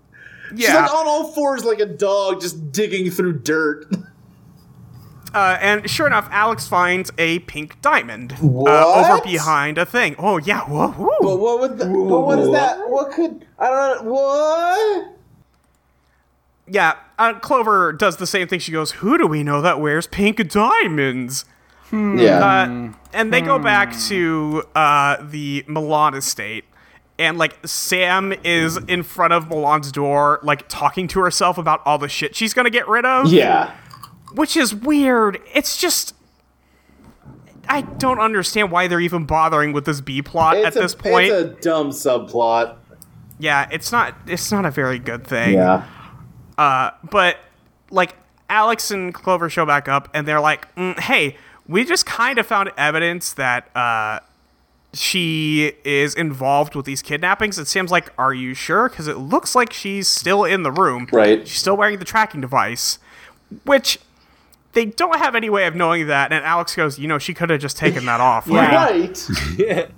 She's yeah, like on all fours like a dog, just digging through dirt. uh, and sure enough, Alex finds a pink diamond Uh, What? over behind a thing. Oh yeah, whoa, whoa. But what would the, but what is that? What could I don't know what? yeah. Uh, Clover does the same thing. She goes, "Who do we know that wears pink diamonds?" Yeah. Uh, and they go Hmm. back to uh, the Milan estate. And like Sam is in front of Milan's door, like talking to herself about all the shit she's gonna get rid of. yeah. Which is weird. It's just I don't understand why they're even bothering with this B plot at It's a- this point. It's a dumb subplot. yeah, it's not it's not a very good thing. Yeah. but like Alex and Clover show back up and they're like, "Mm, "Hey, we just kind of found evidence that uh, she is involved with these kidnappings." And Sam's like, "Are you sure?" Because it looks like she's still in the room. Right. She's still wearing the tracking device, which they don't have any way of knowing that. And Alex goes, "You know, she could have just taken that off." Yeah. Like, Right.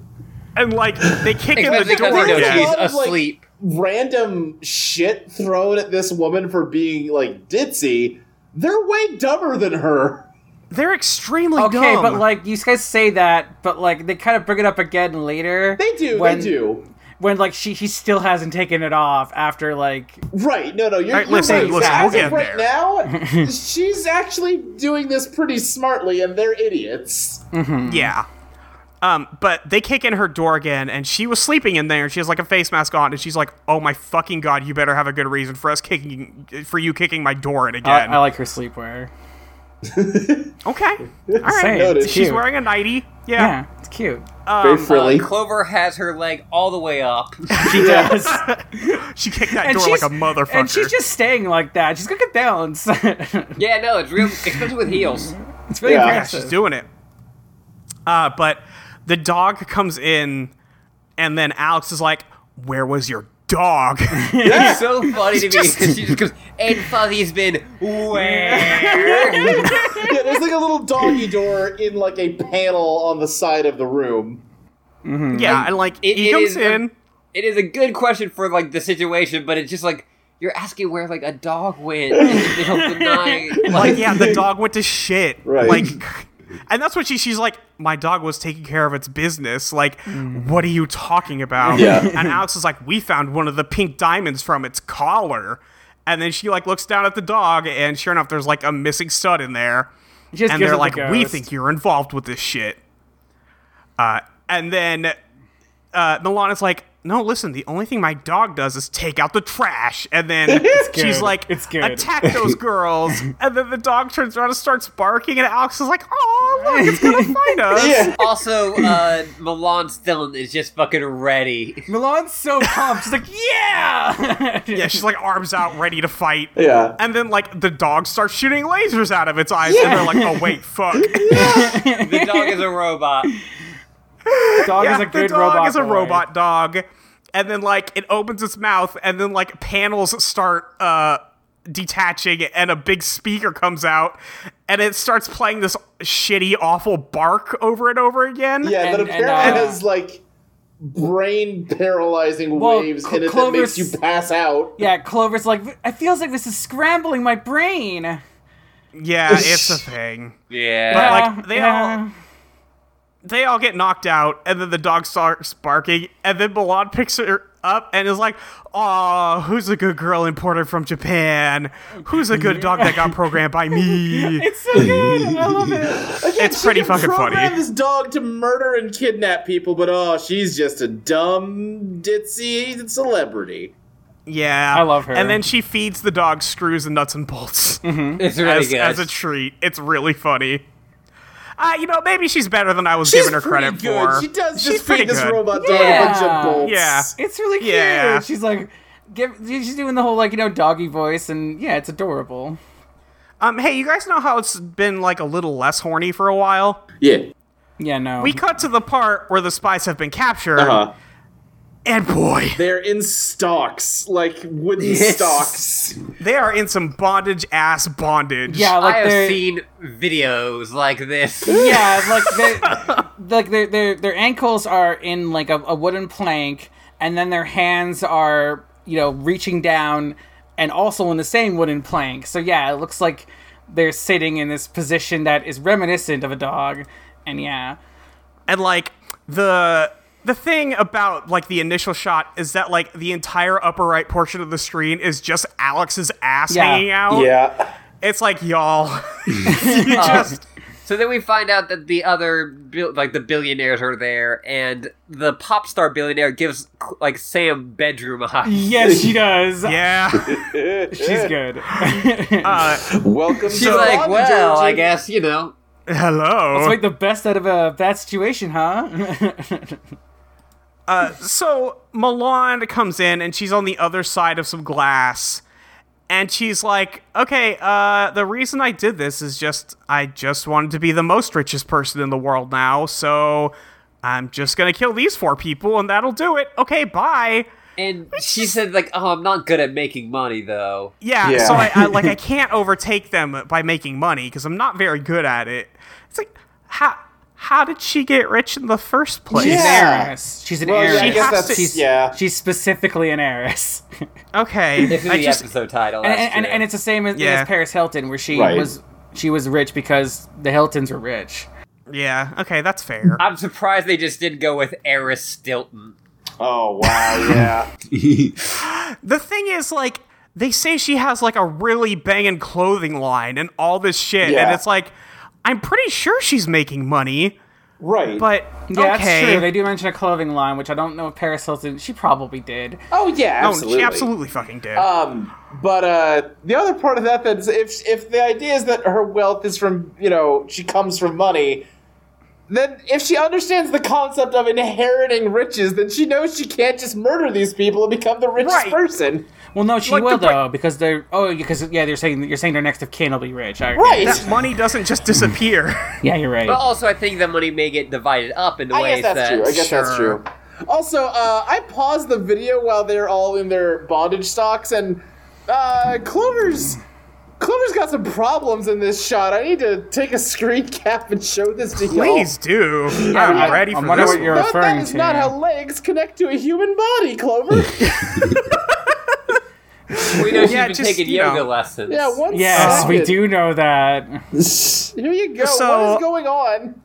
and like they kick in the Especially because door they know yeah. again. she's Lot of, like- asleep. Random shit thrown at this woman for being like ditzy. They're way dumber than her. They're extremely Okay, dumb. but like you guys say that, but like they kind of bring it up again later. They do. When, they do. When like she he still hasn't taken it off after like Right. No. No. You're, All right, you're listen, right. listen, As we'll get of right now, she's actually doing this pretty smartly, and they're idiots. Yeah. Um, but they kick in her door again, and she was sleeping in there. and She has like a face mask on, and she's like, "Oh my fucking god, you better have a good reason for us kicking, for you kicking my door in I, again." I like her sleepwear. okay, all Same, right. Noted. it's She's cute. wearing a nighty. Yeah. yeah, it's cute. Very frilly. Uh, Clover has her leg all the way up. She does. she kicked that and door she's like a motherfucker. And she's just staying like that. She's got good balance. it's yeah, no, it's real, especially with heels. really yeah, Yeah. impressive. she's doing it. Uh, but the dog comes in, and then Alex is like, "Where was your dog?" Mm-hmm. It's so funny to me because she just goes, and Fuzzy's been where? yeah, there's like a little doggy door in like a panel on the side of the room. yeah, and like It- he it comes is a- in. it is a good question for like the situation, but it's just like you're asking where like a dog went in the middle of the night. like yeah the dog went to shit Right. like and that's what she she's like my dog was taking care of its business like what are you talking about Yeah. and alex is like we found one of the pink diamonds from its collar and then she like looks down at the dog and sure enough there's like a missing stud in there She just and gives they're it the like we ghost. think you're involved with this shit uh, and then uh, milana's like no, listen, the only thing my dog does is take out the trash. And then she's good. like, It's good. attack those girls. And then the dog turns around and starts barking. And Alex is like, oh, look, it's going to find us. Yeah. Also, uh, Milan's Dillon is just fucking ready. Milan's so pumped. She's like, yeah. Yeah, she's like, arms out, ready to fight. Yeah. And then, like, the dog starts shooting lasers out of its eyes. And they're like, oh, wait, fuck. The dog is a robot. dog is a Yeah, good the dog robot. is a boy. robot dog. And then like it opens its mouth, and then like panels start uh, detaching, and a big speaker comes out, and it starts playing this shitty, awful bark over and over again. Yeah, that And- and, apparently uh, has like brain paralyzing Well, waves Cl- in it Clover's- that makes you pass out. Yeah, Clover's like, it feels like this is scrambling my brain. Yeah, it's a thing. Yeah. like, they yeah. all- They all get knocked out, and then the dog starts barking, and then Milan picks her up and is like, "Aw, who's a good girl imported from Japan? Who's a good dog that got programmed by me?" It's so good. I love it. It's pretty fucking funny. Program this dog to murder and kidnap people, but oh, she's just a dumb ditzy celebrity. Yeah. I love her. And then she feeds the dog screws and nuts and bolts It's really as, good. as a treat. It's really funny. uh, you know, maybe she's better than I was She's giving her pretty credit good. for. She does She's just feed pretty this good. robot dog a bunch Yeah. of bolts. Yeah. It's really cute. Yeah. She's like, give, she's doing the whole like you know doggy voice, and yeah, it's adorable. Um, hey, you guys know how it's been like a little less horny for a while. Yeah. Yeah, no. We cut to the part where the spies have been captured, Uh-huh. and boy, They're in stocks, like wooden stocks. they are in some bondage ass bondage. yeah, like I have they're seen videos like this. yeah, like they like their their their ankles are in like a, a wooden plank, and then their hands are you know reaching down and also in the same wooden plank. So yeah, it looks like they're sitting in this position that is reminiscent of a dog, and yeah. and like the the thing about like the initial shot is that like the entire upper right portion of the screen is just Alex's ass Yeah. hanging out. Yeah. It's like y'all, you just So then we find out that the other, bil- like the billionaires, are there, and the pop star billionaire gives like Sam bedroom eyes. Yes, she does. yeah. She's good. Welcome She's to like, Bond, well, I Georgie." guess you know. Hello. Make the best out of a bad situation, huh? so Milan comes in and she's on the other side of some glass. And she's like, okay, uh, the reason I did this is just, I just wanted to be the most richest person in the world now. So I'm just going to kill these four people and that'll do it. Okay, bye. And she said like, oh, I'm not good at making money though. Yeah, Yeah. so I, I like I can't overtake them by making money because I'm not very good at it. It's like how how did she get rich in the first place? She's an Yeah. heiress. She's an Well, yeah, heiress. I guess has that's to- she's, yeah. she's specifically an heiress. Okay, This is I the just episode title. and, that's and, and, true. it's the same as, Yeah. as Paris Hilton, where she Right. was she was rich because the Hiltons were rich. yeah, okay, that's fair. I'm surprised they just didn't go with Eris Stilton. Oh wow, yeah. The thing is, like, they say she has like a really banging clothing line and all this shit, and Yeah. it's like, I'm pretty sure she's making money, right. but Yeah, that's okay, true. They do mention a clothing line, which I don't know if Paris Hilton. She probably did. oh yeah, no, absolutely. she absolutely fucking did. Um, but uh, the other part of that that's if if the idea is that her wealth is from you know she comes from money, then if she understands the concept of inheriting riches, then she knows she can't just murder these people and become the richest Right. person. Well, no, she Like will the pri- though because they're oh because yeah they're saying you're saying their next of kin will be rich. I, Right. oh, that money doesn't just disappear. Yeah, you're right. But also, I think the money may get divided up in I ways guess that's that true. I guess that's Sure. true. Also, uh, I paused the video while they're all in their bondage stocks, and uh, Clover's Clover's got some problems in this shot. I need to take a screen cap and show this to y'all. Please do. I- I'm ready I for wonder this. what one. you're- That, that referring is to. not how legs connect to a human body, Clover. We know she's Yeah, been just, taking you know. yoga lessons. yeah, one yes, we second. do know that. Here you go. So- what is going on?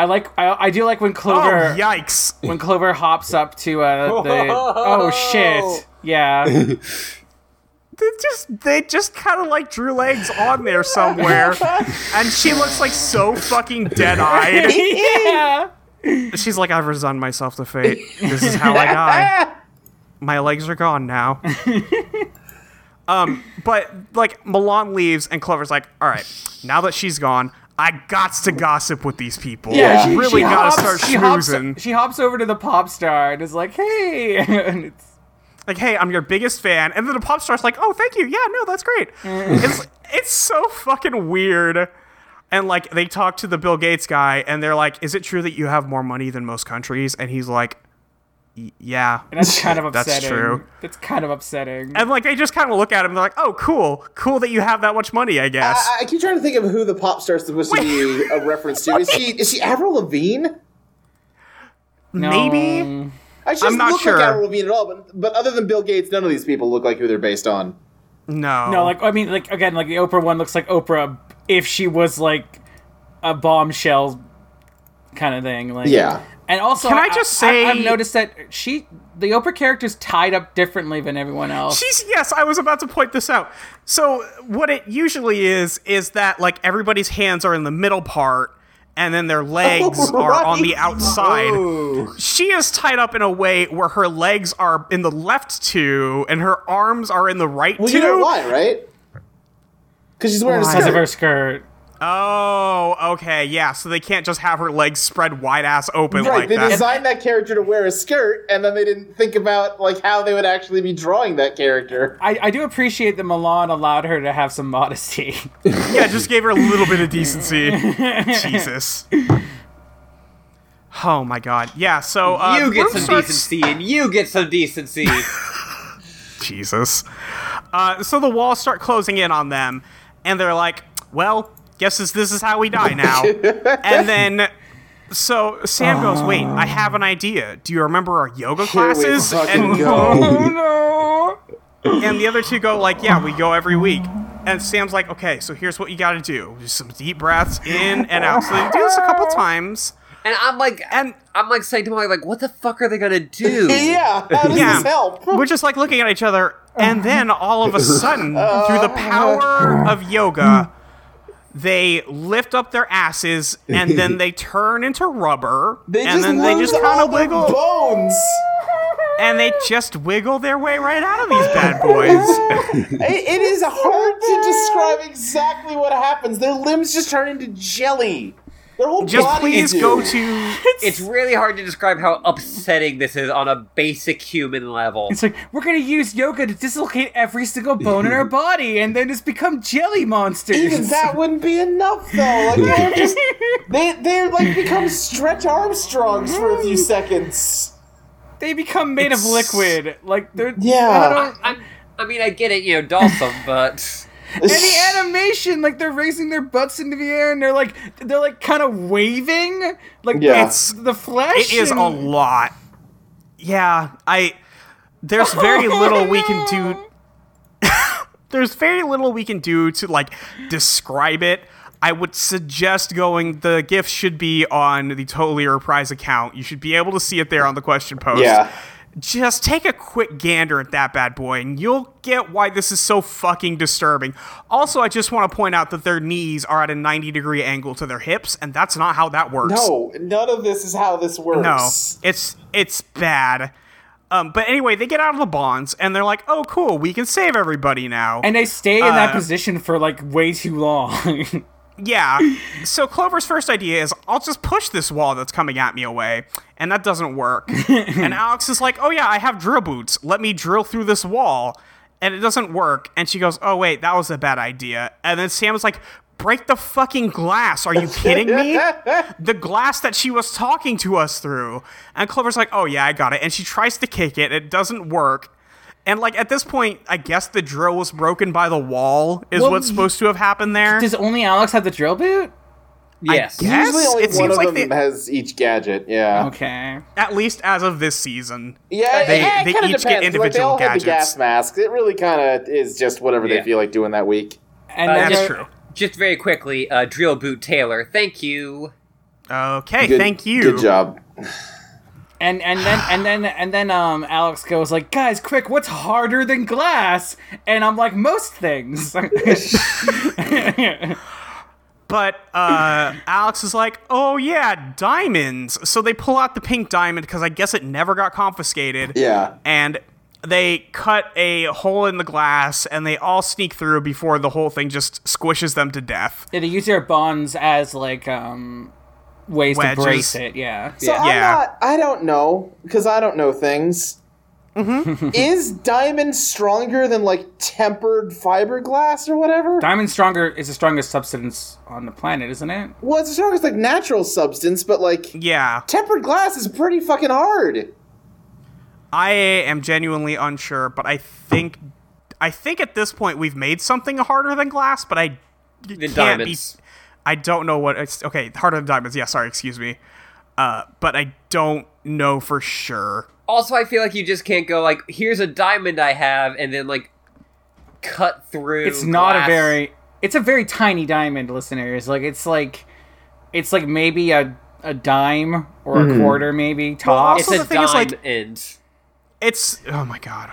I like I, I do like when Clover Oh yikes! when Clover hops up to uh the oh shit yeah They just they just kind of like drew legs on there somewhere, and she looks like so fucking dead eyed. yeah She's like, I've resigned myself to fate. This is how I die. My legs are gone now. um, but like Milan leaves, and Clover's like, all right, now that she's gone, I gots to gossip with these people. Yeah, I she- really gotta start she hops, schmoozing. she hops over to the pop star and is like hey and it's Like, hey, I'm your biggest fan, and then the pop star's like, oh, thank you, yeah, no, that's great. it's it's so fucking weird. And like they talk to the Bill Gates guy, and they're like, "Is it true that you have more money than most countries?" And he's like, "Y- "Yeah." and that's kind of That's upsetting true. that's kind of upsetting And like they just kind of look at him. They're like, "Oh, cool, cool that you have that much money, I guess." Uh, I, I keep trying to think of who the pop star's supposed to be a reference to. Is she is she Avril Lavigne? No. Maybe. I just I'm not look sure. like Avril Lavigne at all, but, but other than Bill Gates, none of these people look like who they're based on. No. no like I mean like again like the Oprah one looks like Oprah if she was like a bombshell kind of thing like Yeah. And also, Can I just say- I, have noticed that she, the Oprah character's tied up differently than everyone else. She's yes, I was about to point this out. So what it usually is is that like everybody's hands are in the middle part and then their legs Oh, are on the right. outside. She is tied up in a way where her legs are in the left two and her arms are in the right Well, two. you know why, right? Because she's wearing Why? a because of her skirt. skirt. Oh, okay, yeah. So they can't just have her legs spread wide ass open Right, like they that. designed that character to wear a skirt, and then they didn't think about like how they would actually be drawing that character. I, I do appreciate that Milan allowed her to have some modesty. yeah, just gave her a little bit of decency. Jesus. Oh my god. Yeah, so uh, you the get worm some starts- decency, and you get some decency. Jesus. Uh, so the walls start closing in on them, and they're like, "Well, guess this, this is how we die now." and then, so Sam goes, "Wait, I have an idea. Do you remember our yoga classes?" and, oh no! and the other two go, "Like, yeah, we go every week." And Sam's like, "Okay, so here's what you got to do: just some deep breaths in and out." So they do this a couple times, and I'm like, and I'm like saying to my like, what the fuck are they gonna do? Yeah, how does Yeah. this help? we're just like looking at each other, and then all of a sudden, Uh-huh. through the power of yoga, they lift up their asses and then they turn into rubber, They and just then lose they just all kind of their wiggle, bones. and they just wiggle their way right out of these bad boys. It- it is hard to describe exactly what happens. Their limbs just turn into jelly. Their whole Just body please is- go to It's really hard to describe how upsetting this is on a basic human level. It's like we're gonna use yoga to dislocate every single bone in our body, and then just become jelly monsters. Even that wouldn't be enough, though. Like they're just they they're like become stretch Armstrongs for a Mm. few seconds. they become made of It's- liquid. Like they're Yeah. I don't- I, I mean, I get it, you know, Dawson, but any animation, like they're raising their butts into the air and they're like they're like kind of waving, like Yeah. it's the flesh. It is a and- lot. Yeah, I. There's very little we can do. there's very little we can do to like describe it. I would suggest going. The GIF should be on the Totally Reprise account. You should be able to see it there on the question post. Yeah. Just take a quick gander at that bad boy, and you'll get why this is so fucking disturbing. Also, I just want to point out that their knees are at a 90 degree angle to their hips, and that's not how that works. No, none of this is how this No, works. it's it's bad. Um, but anyway, they get out of the bonds and they're like, "Oh, cool, we can save everybody now." And they stay in that Uh, position for like way too long. yeah. So Clover's first idea is, "I'll just push this wall that's coming at me away," and that doesn't work. and Alex is like, "Oh yeah, I have drill boots. Let me drill through this wall," and it doesn't work. And she goes, "Oh wait, that was a bad idea." And then Sam is like. Break the fucking glass. Are you kidding me? the glass that she was talking to us through. And Clover's like, oh yeah, I got it. And she tries to kick it, it doesn't work. And like at this point, I guess the drill was broken by the wall, is Well, what's supposed to have happened there. Does only Alex have the drill boot? yes. guess- Usually only it one seems of like them they- has each gadget, yeah. Okay. at least as of this season. Yeah, They- it, it they each get kinda depends. like, they individual all have the gadgets. gas masks. It really kind of is just whatever Yeah. they feel like doing that week. And then uh, That's they're- true. Just very quickly, uh, Drill Boot Taylor, thank you. Okay, Good- thank you. Good job. And and then and then and then um Alex goes like, guys, quick, what's harder than glass? And I'm like, most things. But uh, Alex is like, oh yeah, diamonds. So they pull out the pink diamond because I guess it never got confiscated. Yeah. and they cut a hole in the glass and they all sneak through before the whole thing just squishes them to death. Yeah, they use their bonds as like um ways to Wedges. brace it. Yeah. So I'm Yeah. not. I don't know because I don't know things. Mm-hmm. is diamond stronger than like tempered fiberglass or whatever? Diamond stronger is the strongest substance on the planet, isn't it? well, it's the strongest like natural substance, but like Yeah, tempered glass is pretty fucking hard. I am genuinely unsure, but I think I think at this point we've made something harder than glass, but I can't diamonds. be. I don't know what it's okay. Harder than diamonds. Yeah, sorry, excuse me. Uh, but I don't know for sure. Also, I feel like you just can't go like, here's a diamond I have, and then like cut through. It's not glass. a very it's a very tiny diamond, listeners. Like it's like it's like maybe a a dime or Hmm. a quarter maybe tops. It's Also, a the thing is, dime like- end. It's oh my god.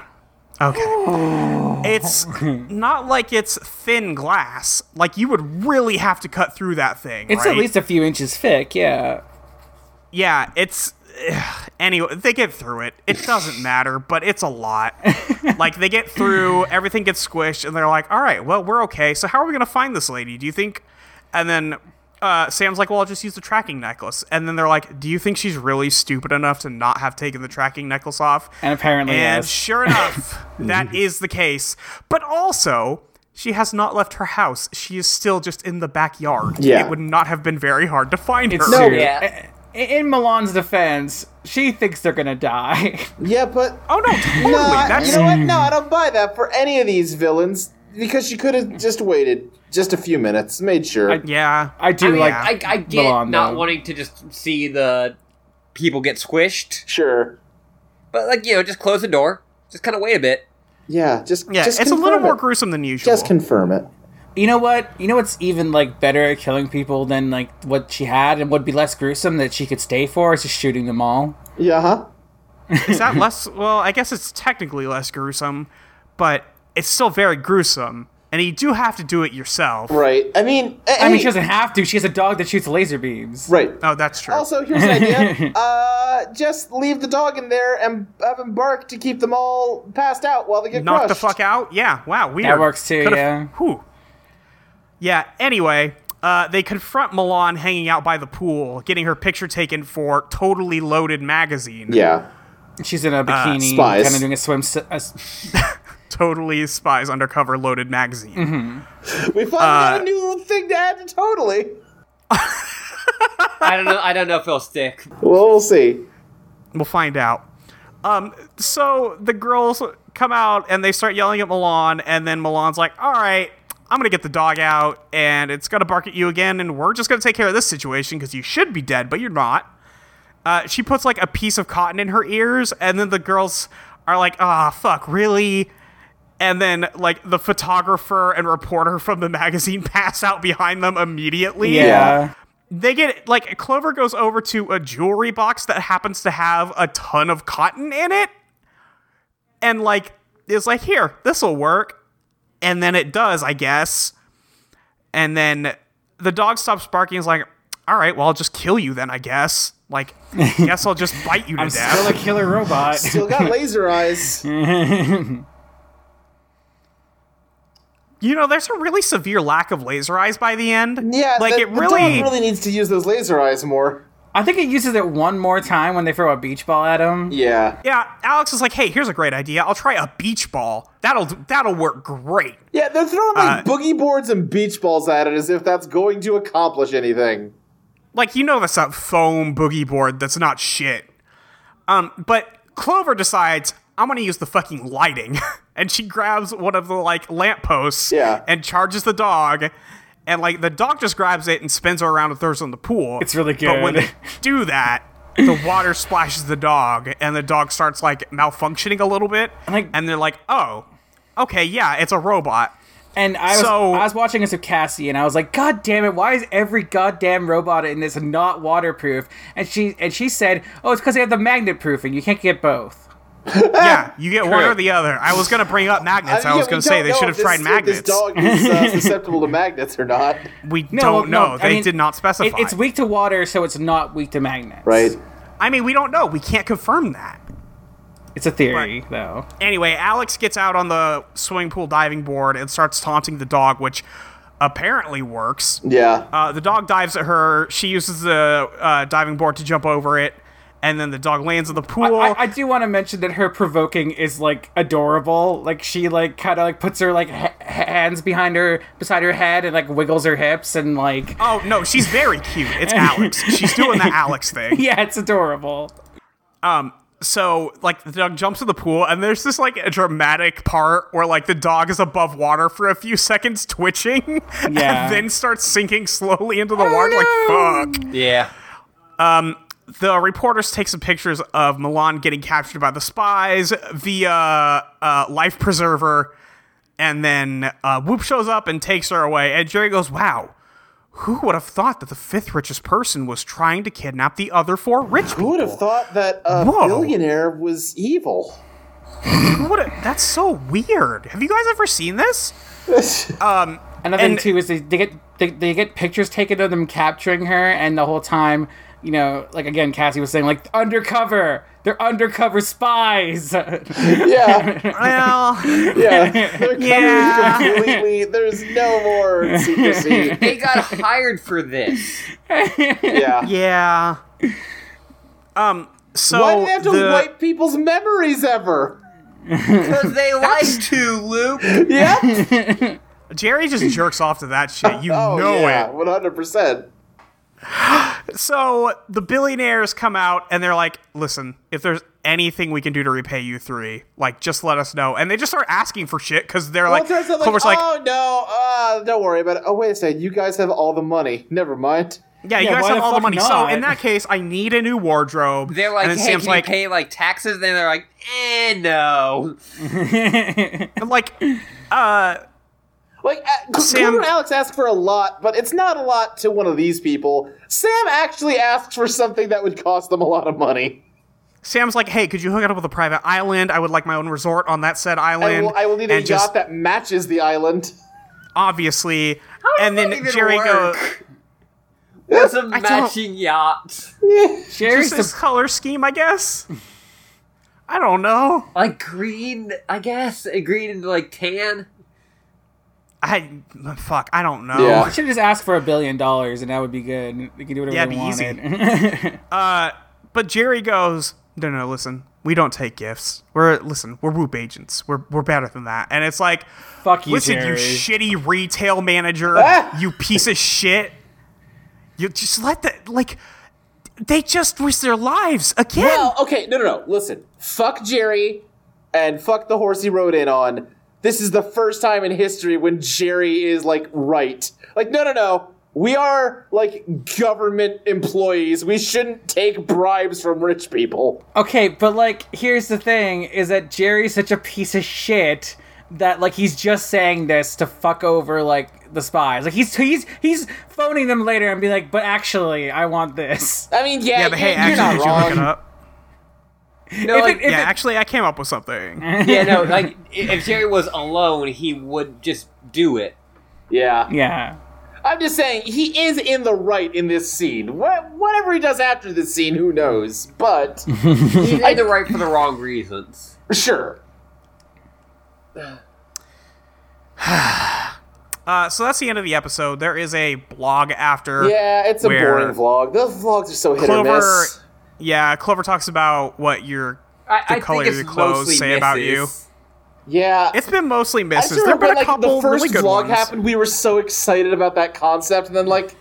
Okay. Oh. It's not like it's thin glass. Like you would really have to cut through that thing. It's at right? least a few inches thick, yeah. Yeah, it's ugh, anyway, they get through it. It doesn't matter, but it's a lot. like they get through, everything gets squished and they're like, "All right, well, we're okay. So how are we going to find this lady? Do you think And then uh, Sam's like, "Well, I'll just use the tracking necklace." And then they're like, "Do you think she's really stupid enough to not have taken the tracking necklace off?" And apparently and yes. sure enough, that is the case. But also, she has not left her house. She is still just in the backyard. Yeah. It would not have been very hard to find her. no, yeah. In Milan's defense, she thinks they're gonna die. Yeah, but Oh no, totally. no, I- That's you know what? No, I don't buy that for any of these villains because she could have just waited just a few minutes, made sure. I- yeah. I do I mean, like. I, I get Milan, not though. wanting to just see the people get squished, sure. but like you know, just close the door, just kind of wait a bit. Yeah, just yeah, just it's a little confirm more it. gruesome than usual. Just confirm it. you know what? You know what's even like better at killing people than like what she had, and would be less gruesome that she could stay for is just shooting them all. Yeah, huh? is that less? Well, I guess it's technically less gruesome, but it's still very gruesome, and you do have to do it yourself. Right. I mean, I mean, she hey- doesn't have to. She has a dog that shoots laser beams. right. Oh, that's true. Also, here's an idea. uh, just leave the dog in there and have him bark to keep them all passed out while they get knock crushed. the fuck out. Yeah. Wow. Weird. works too, Coulda- yeah. Whew. Yeah. Anyway, uh, they confront Milan hanging out by the pool, getting her picture taken for totally loaded magazine. Yeah. She's in a bikini, spies. kind of doing a swim. s- a s- Totally spies undercover loaded magazine. We finally got a Uh, new thing to add to totally. I don't know. I don't know if it'll stick. Well, we'll see. We'll find out. Um, so the girls come out and they start yelling at Milan, and then Milan's like, "All right, I'm gonna get the dog out, and it's gonna bark at you again, and we're just gonna take care of this situation because you should be dead, but you're not." Uh, she puts like a piece of cotton in her ears, and then the girls are like, "Ah, fuck, really?" And then like the photographer and reporter from the magazine pass out behind them immediately yeah. they get like Clover goes over to a jewelry box that happens to have a ton of cotton in it, and like is like, here, this'll work. And then it does, I guess. And then the dog stops barking, is like, all right, well, I'll just kill you then, I guess. Like, guess I'll just bite you to I'm death. still a killer robot. Still got laser eyes. you know, there's a really severe lack of laser eyes by the end. Yeah, like the, it the really, dog really needs to use those laser eyes more. I think it uses it one more time when they throw a beach ball at him. Yeah. Yeah, Alex is like, hey, here's a great idea. I'll try a beach ball. That'll that'll work great. Yeah, they're throwing Uh, like boogie boards and beach balls at it as if that's going to accomplish anything. like you know that's a foam boogie board that's not shit. Um, but Clover decides I'm gonna use the fucking lighting, and she grabs one of the like lampposts Yeah. and charges the dog, and like the dog just grabs it and spins her around and throws her in the pool. It's really But when good. they do that, the water splashes the dog, and the dog starts like malfunctioning a little bit, Like- and they're like, oh, okay, yeah, it's a robot. And I was So- I was watching this with Cassie, and I was like, "God damn it! Why is every goddamn robot in this not waterproof?" And she and she said, "Oh, it's because they have the magnet proofing. You can't get both." Yeah, you get one or the other. I was gonna bring up magnets. I, mean, was yeah, we gonna say don't they know should have if this- tried if magnets. This dog is uh, susceptible to magnets or not, We well, don't know. I they mean, did not specify. It, it's weak to water, so it's not weak to magnets. right? I mean, we don't know. We can't confirm that. It's a theory, though. Anyway, Alex gets out on the swimming pool diving board and starts taunting the dog, which apparently works. Yeah. Uh, the dog dives at her. She uses the uh, diving board to jump over it, and then the dog lands in the pool. I, I do want to mention that her provoking is like adorable. Like she like kind of like puts her like ha- hands behind her beside her head and like wiggles her hips and like oh no, she's very cute. It's Alex. She's doing the Alex thing. yeah, it's adorable. so like the dog jumps in the pool and there's this like a dramatic part where like the dog is above water for a few seconds twitching and Yeah. then starts sinking slowly into the water like fuck Yeah. the reporters take some pictures of milan getting captured by the spies via uh, life preserver and then uh, whoop shows up and takes her away and jerry goes wow who would have thought that the fifth richest person was trying to kidnap the other four rich people? Who would have thought that a Whoa. billionaire was evil? What a, that's so weird. Have you guys ever seen this? Another thing And- too is they, they get they, they get pictures taken of them capturing her, and the whole time you know, like again, Cassie was saying, like undercover. They're undercover spies. Yeah, Well, yeah. They're covered Yeah. completely. There's no more secrecy. They got hired for this. Yeah. yeah. Um. So Why do they have to the- wipe people's memories ever? Because they like to, Luke. Yeah. Jerry just jerks off to that shit. You Oh know yeah, it. one hundred percent. So the billionaires come out and they're like, listen, if there's anything we can do to repay you three, like, just let us know. And they just start asking for shit because they're like, Walter's like, Clover's like, oh no, uh, don't worry about it. Oh wait a second, you guys have all the money. Never mind. yeah, you yeah, guys why have the all the fuck money. So not? in that case, I need a new wardrobe. They're like, and then hey, Sam's can like, you pay like taxes? Then they're like, eh, no. I'm like, uh, Like uh, Sam- Cooper and Alex ask for a lot, but it's not a lot to one of these people. Sam actually asks for something that would cost them a lot of money. Sam's like, hey, could you hook it up with a private island? I would like my own resort on that said I island. will, I will need a and yacht just, that matches the island. obviously. And then even Jerry goes, That's a don't- matching yacht. Jerry's just this the color scheme, I guess. I don't know. Like green, I guess. uh, Green and like tan. I fuck, I don't know. Yeah. should just ask for a billion dollars and that would be good. We can do whatever Yeah, we it'd be easy. wanted. Uh, but Jerry goes, no, no, listen, we don't take gifts. We're listen, we're Whoop agents. We're we're better than that. And it's like, Fuck you, listen, Jerry. you shitty retail manager, Ah! you piece of shit. You just let that like. They just risk their lives again. Well, okay, no, no, no. Listen, fuck Jerry and fuck the horse he rode in on. This is the first time in history when Jerry is like right. Like, no, no, no. We are like government employees. We shouldn't take bribes from rich people. Okay, but like, here's the thing: is that Jerry's such a piece of shit that like he's just saying this to fuck over like the spies. Like he's he's he's phoning them later and be like, "But actually, I want this." I mean, yeah, yeah, but hey, you're, you're actually, did you not look it wrong. up? No, If like, it- if yeah, it- actually, I came up with something. yeah, no, like i- if Jerry was alone, he would just do it. Yeah. Yeah. I'm just saying he is in the right in this scene. What, whatever he does after this scene, who knows? But He's in the right for the wrong reasons. sure. Uh, so that's the end of the episode. There is a blog after. Yeah, it's a Where- boring vlog. Those vlogs are so hit or Clover. miss. Yeah, Clover talks about what your I, I The color think of it's your clothes mostly say about you. misses. Yeah, It's been mostly I misses. still There've remember been a like couple the first really good vlog ones. happened. We were so excited about that concept, and then like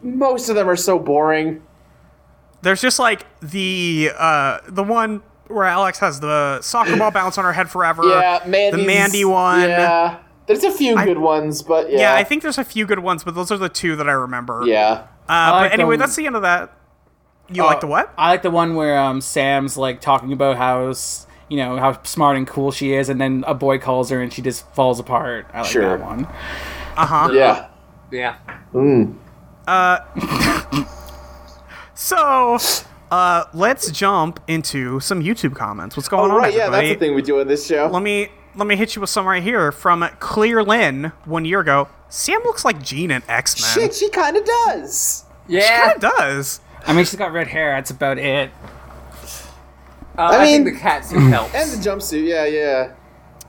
most of them are so boring. There's just like the uh the one where Alex has the soccer ball bounce on her head forever. Yeah, Mandy's, Uh, the Mandy one. Yeah, there's a few good ones, but yeah, Yeah, I think there's a few good ones, but those are the two that I remember. yeah. Uh, Uh, like but anyway, them. that's the end of that. You like the what? I like the one where um Sam's like talking about how s- you know how smart and cool she is, and then a boy calls her and she just falls apart. I like Sure. that one. Uh huh. Yeah. Yeah. So, uh, let's jump into some YouTube comments. What's going Oh, on? right, yeah, everybody? that's the thing we do in this show. Let me let me hit you with some right here from Clear Lynn one year ago. Sam looks like Jean in X Men. Shit, she kind of does. Yeah. It does. I mean, she's got red hair. That's about it. Uh, I, mean- think the catsuit helps. And the jumpsuit, yeah, yeah.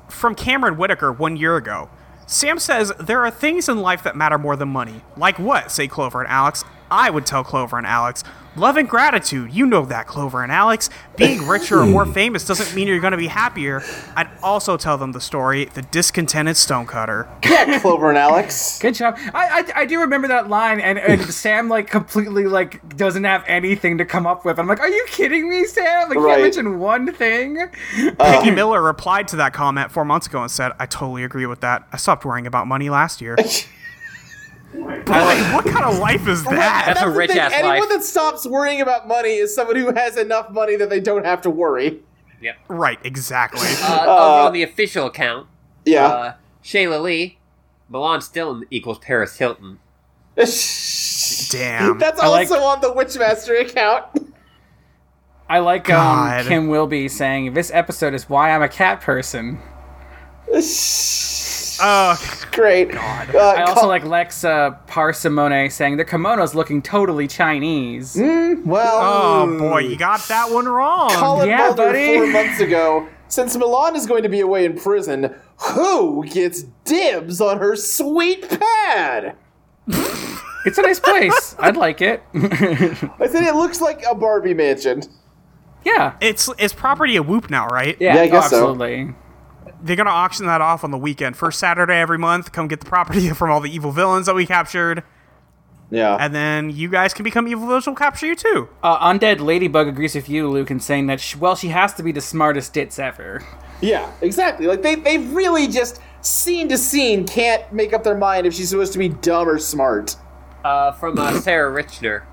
from Cameron Whitaker one year ago. Sam says there are things in life that matter more than money. Like what? Say Clover and Alex. I would tell Clover and Alex. Love and gratitude. You know that, Clover and Alex. Being richer or more famous doesn't mean you're going to be happier. I'd also tell them the story The Discontented Stonecutter. Yeah, Clover and Alex. Good job. I, I, I do remember that line, and, and Sam like completely like doesn't have anything to come up with. I'm like, are you kidding me, Sam? Like, you Right. can't mention one thing. Peggy Miller replied to that comment four months ago and said, I totally agree with that. I stopped worrying about money last year. Boy, what kind of life is that? That's a the rich thing, ass Anyone life. that stops worrying about money is someone who has enough money that they don't have to worry. Right, exactly. Uh, over on the official account, Yeah. uh, Shayla Lee, Milan Stilton equals Paris Hilton. That's Damn. also I like- on the Witchmaster account. I like God. um, Kim Wilby saying this episode is why I'm a cat person. Oh, Great. God. Uh, I co- also like Lexa Parsimone saying their kimono's looking totally Chinese. well, oh boy, you got that one wrong. Colin Yeah, Boulder buddy. four months ago, since Milan is going to be away in prison, who gets dibs on her sweet pad? It's a nice place. I'd like it. I said it looks like a Barbie mansion. yeah. It's it's property of Whoop now, right? Yeah, I guess so. absolutely. They're gonna auction that off on the weekend, first Saturday every month. Come get the property from all the evil villains that we captured, Yeah. and then you guys can become evil villains. We'll capture you too. Uh, Undead Ladybug agrees with you, Luke, in saying that, sh- well, she has to be the smartest ditz ever. Yeah, exactly. Like they they really just scene to scene can't make up their mind if she's supposed to be dumb or smart. Uh, from uh, Sarah Richner.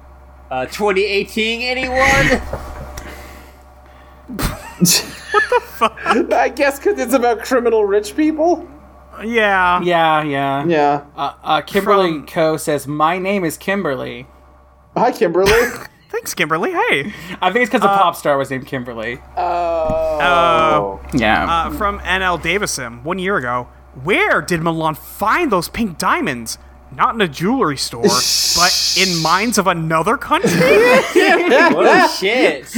Uh, 2018, anyone? I guess because it's about criminal rich people. Yeah. Yeah, yeah. Yeah. Uh, uh, Kimberly From- Co. says, my name is Kimberly. Hi, Kimberly. Thanks, Kimberly. Hey. I think it's because the pop star was named Kimberly. Oh. Yeah. Uh, from NL Davison one year ago. Where did Milan find those pink diamonds? Not in a jewelry store, but in mines of another country? oh, shit.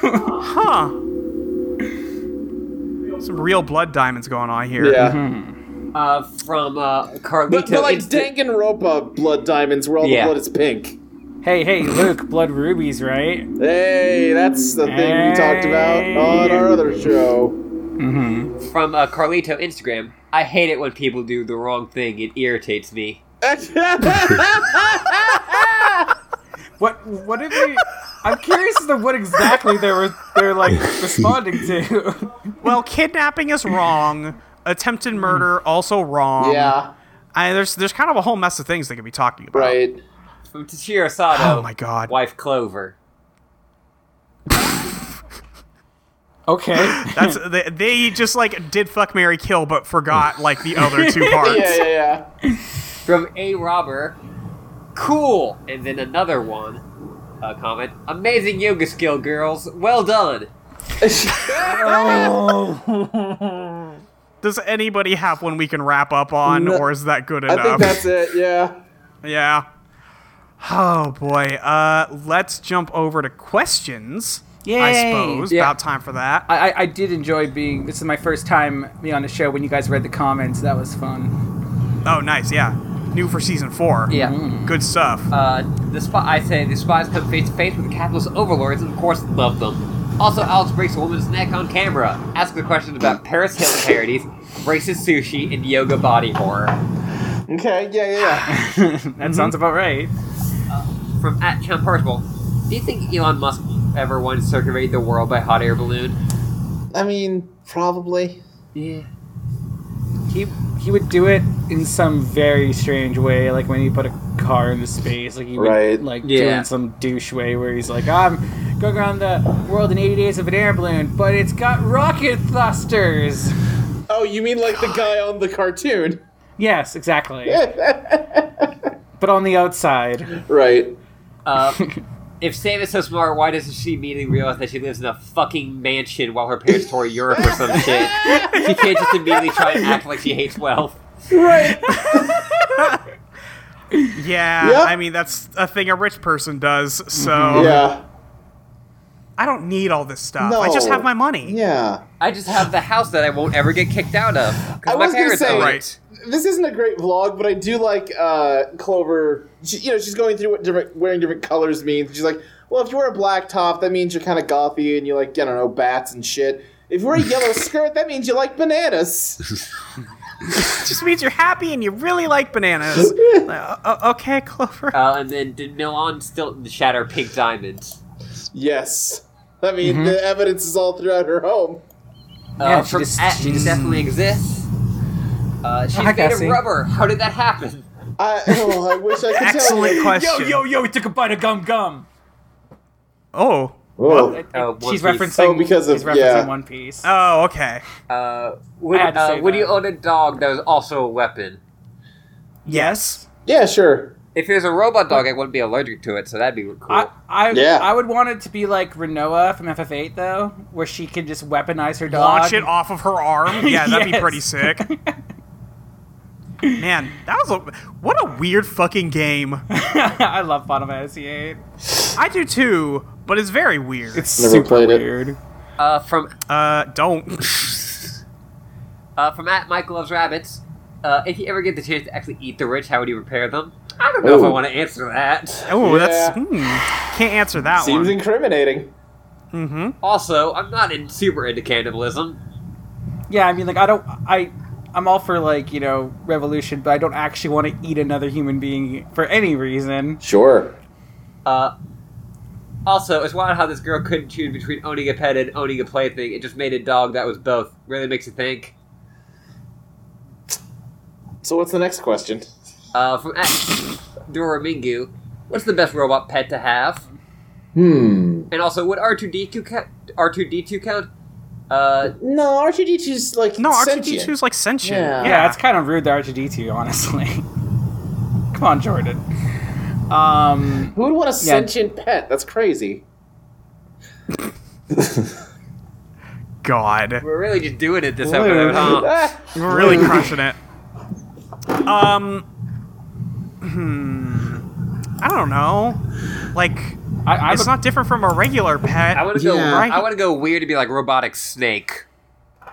Huh. Some real blood diamonds going on here. yeah. Uh, from uh, Carlito. But, but like Instant- Danganronpa blood diamonds, where all Yeah. the blood is pink. hey, hey, Luke, Blood Rubies, right? Hey, that's the thing we talked about on our other show. from uh, Carlito Instagram. I hate it when people do the wrong thing. It irritates me. What, what did they... I'm curious as to what exactly they were, they're, like, responding to. Well, kidnapping is wrong. Attempted murder also wrong. yeah, I, there's there's kind of a whole mess of things they could be talking about. right. From Tashiro Sato. Oh my god. Wife Clover. Okay. That's they, they just like did fuck Mary kill but forgot like the other two parts. Yeah, yeah, From A Robber. Cool. And then another one. Uh, comment. Amazing yoga skill, girls. Well done. Does anybody have one we can wrap up on No. or is that good yeah. enough? I think that's it. Yeah. Yeah. Oh boy. Uh, let's jump over to questions. I Yay. suppose Yeah. about time for that. I, I- I did enjoy being. This is my first time me on the show. When you guys read the comments, that was fun. Oh, nice. Yeah, new for season four. Yeah. Good stuff. Uh, the spy, I say the spies come face to face with the capitalist overlords and of course love them. Also, Alex breaks a woman's neck on camera. Ask the question about Paris Hilton parodies, racist sushi, and yoga body horror. Okay. Yeah, yeah, yeah. That sounds about right. From at Chum Percival, do you think Elon Musk ever wanted to circumvent the world by hot air balloon? I mean, probably. Yeah. He he would do it in some very strange way, like when he put a car into space, like he would Right. like Yeah. doing some douche way where he's like, I'm going around the world in 80 days of an air balloon, but it's got rocket thrusters. Oh, you mean like the guy on the cartoon? Yes, exactly. but on the outside. Right. Uh, if Sam is so smart, why doesn't she immediately realize that she lives in a fucking mansion while her parents tour Europe or some shit? She can't just immediately try and act like she hates wealth. Right. yeah. Yep. Mm-hmm. I mean, that's a thing a rich person does. So yeah. I don't need all this stuff. No. I just have my money. Yeah. I just have the house that I won't ever get kicked out of I because my was gonna parents say- own Right. it. This isn't a great vlog, but I do like uh, Clover. She, you know, she's going through what different wearing different colors means. She's like, well, if you wear a black top, that means you're kind of gothy and you like, I don't know, bats and shit. If you wear a yellow skirt, that means you like bananas. It just means you're happy and you really like bananas. Uh, o- okay, Clover. Uh, and then did Milan still shatter pink diamonds? yes. I mean, Mm-hmm. the evidence is all throughout her home. Uh, Yeah, she from just- at- she definitely exists. Uh, she's I made of see. rubber. How did that happen? I, oh, I wish I could tell Excellent you. question. yo! He took a bite of gum gum. Oh. Oh. Uh, One Piece. she's referencing. Oh, because of- she's referencing yeah. One Piece. Oh, okay. Uh, would, I had to uh, say would that. you own a dog that was also a weapon? Yes. Yeah, sure. If it was a robot dog, I wouldn't be allergic to it, so that'd be cool. I, I, Yeah. I would want it to be like Renoa from FF8 though, where she can just weaponize her dog. Launch it off of her arm. Yeah, that'd be Yes. pretty sick. Man, that was a what a weird fucking game. I love Final Fantasy VIII. I do too, but it's very weird. It's Never super played it. weird. Uh, from Uh, don't. uh, from at Mike loves rabbits. Uh, if you ever get the chance to actually eat the rich, how would you repair them? I don't know if I Ooh. want to answer that. Oh, Yeah. that's hmm, can't answer that Seems one. Mm-hmm. incriminating. Also, I'm not in super into cannibalism. Yeah, I mean, like I don't, I, I'm all for like you know revolution, but I don't actually want to eat another human being for any reason. Sure. Uh, also, it's wild how this girl couldn't choose between owning a pet and owning a plaything. It just made a dog that was both. Really makes you think. So what's the next question? Uh, from at Dora Mingu, what's the best robot pet to have? Hmm. And also, would R two D two count? R two D two count? Uh, No, R2D2's like No, R two D sentient. two's like sentient. Yeah. Yeah, it's kind of rude to R2D2, honestly. Come on, Jordan. Um, Who would want a Yeah. sentient pet? That's crazy. God, we're really just doing it this episode, huh? Ah, we're really crushing it. Um, hmm, I don't know. Like, I, I'm it's a- not different from a regular pet. I want to go. Yeah. I want to go weird to be like robotic snake.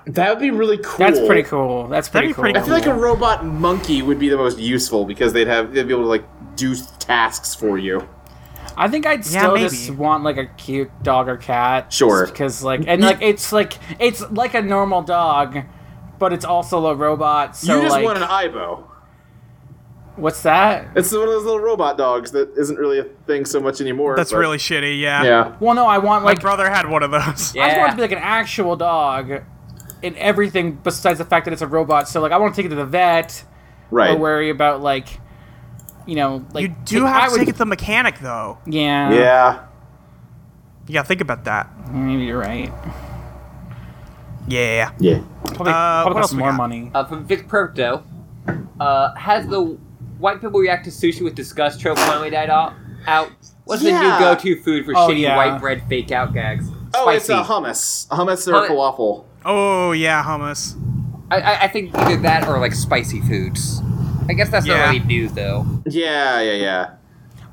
that would be really cool. that's pretty cool. That's pretty That'd be cool. pretty I feel like a robot monkey would be the most useful because they'd have they'd be able to like do tasks for you. I think I'd still maybe. just want like a cute dog or cat. just Sure. because like and like it's like it's like a normal dog, but it's also a robot. So you just like, want an Ibo. what's that? It's one of those little robot dogs that isn't really a thing so much anymore. That's but- really shitty. Yeah. yeah. Well, no, I want My like brother had one of those. I just want it Yeah. to be like an actual dog, in everything besides the fact that it's a robot. So like I want to take it to the vet Right. or worry about like, you know, like You do I have to would- take it to the mechanic, though. Yeah. yeah. Yeah, think about that. Maybe you're right. Yeah. Yeah. Uh, Probably, what probably else costs we more got? money. uh, from Vic Perpto. Uh, has the white people react to sushi with disgust trope finally died off, out? What's Yeah. the new go-to food for Oh, shitty yeah. white bread fake out gags? Oh, it's Spicy. a hummus. A hummus or Hummus. a falafel. Oh yeah, hummus. I, I, I think either that or like spicy foods. I guess that's Yeah. not really new though. Yeah, yeah, yeah.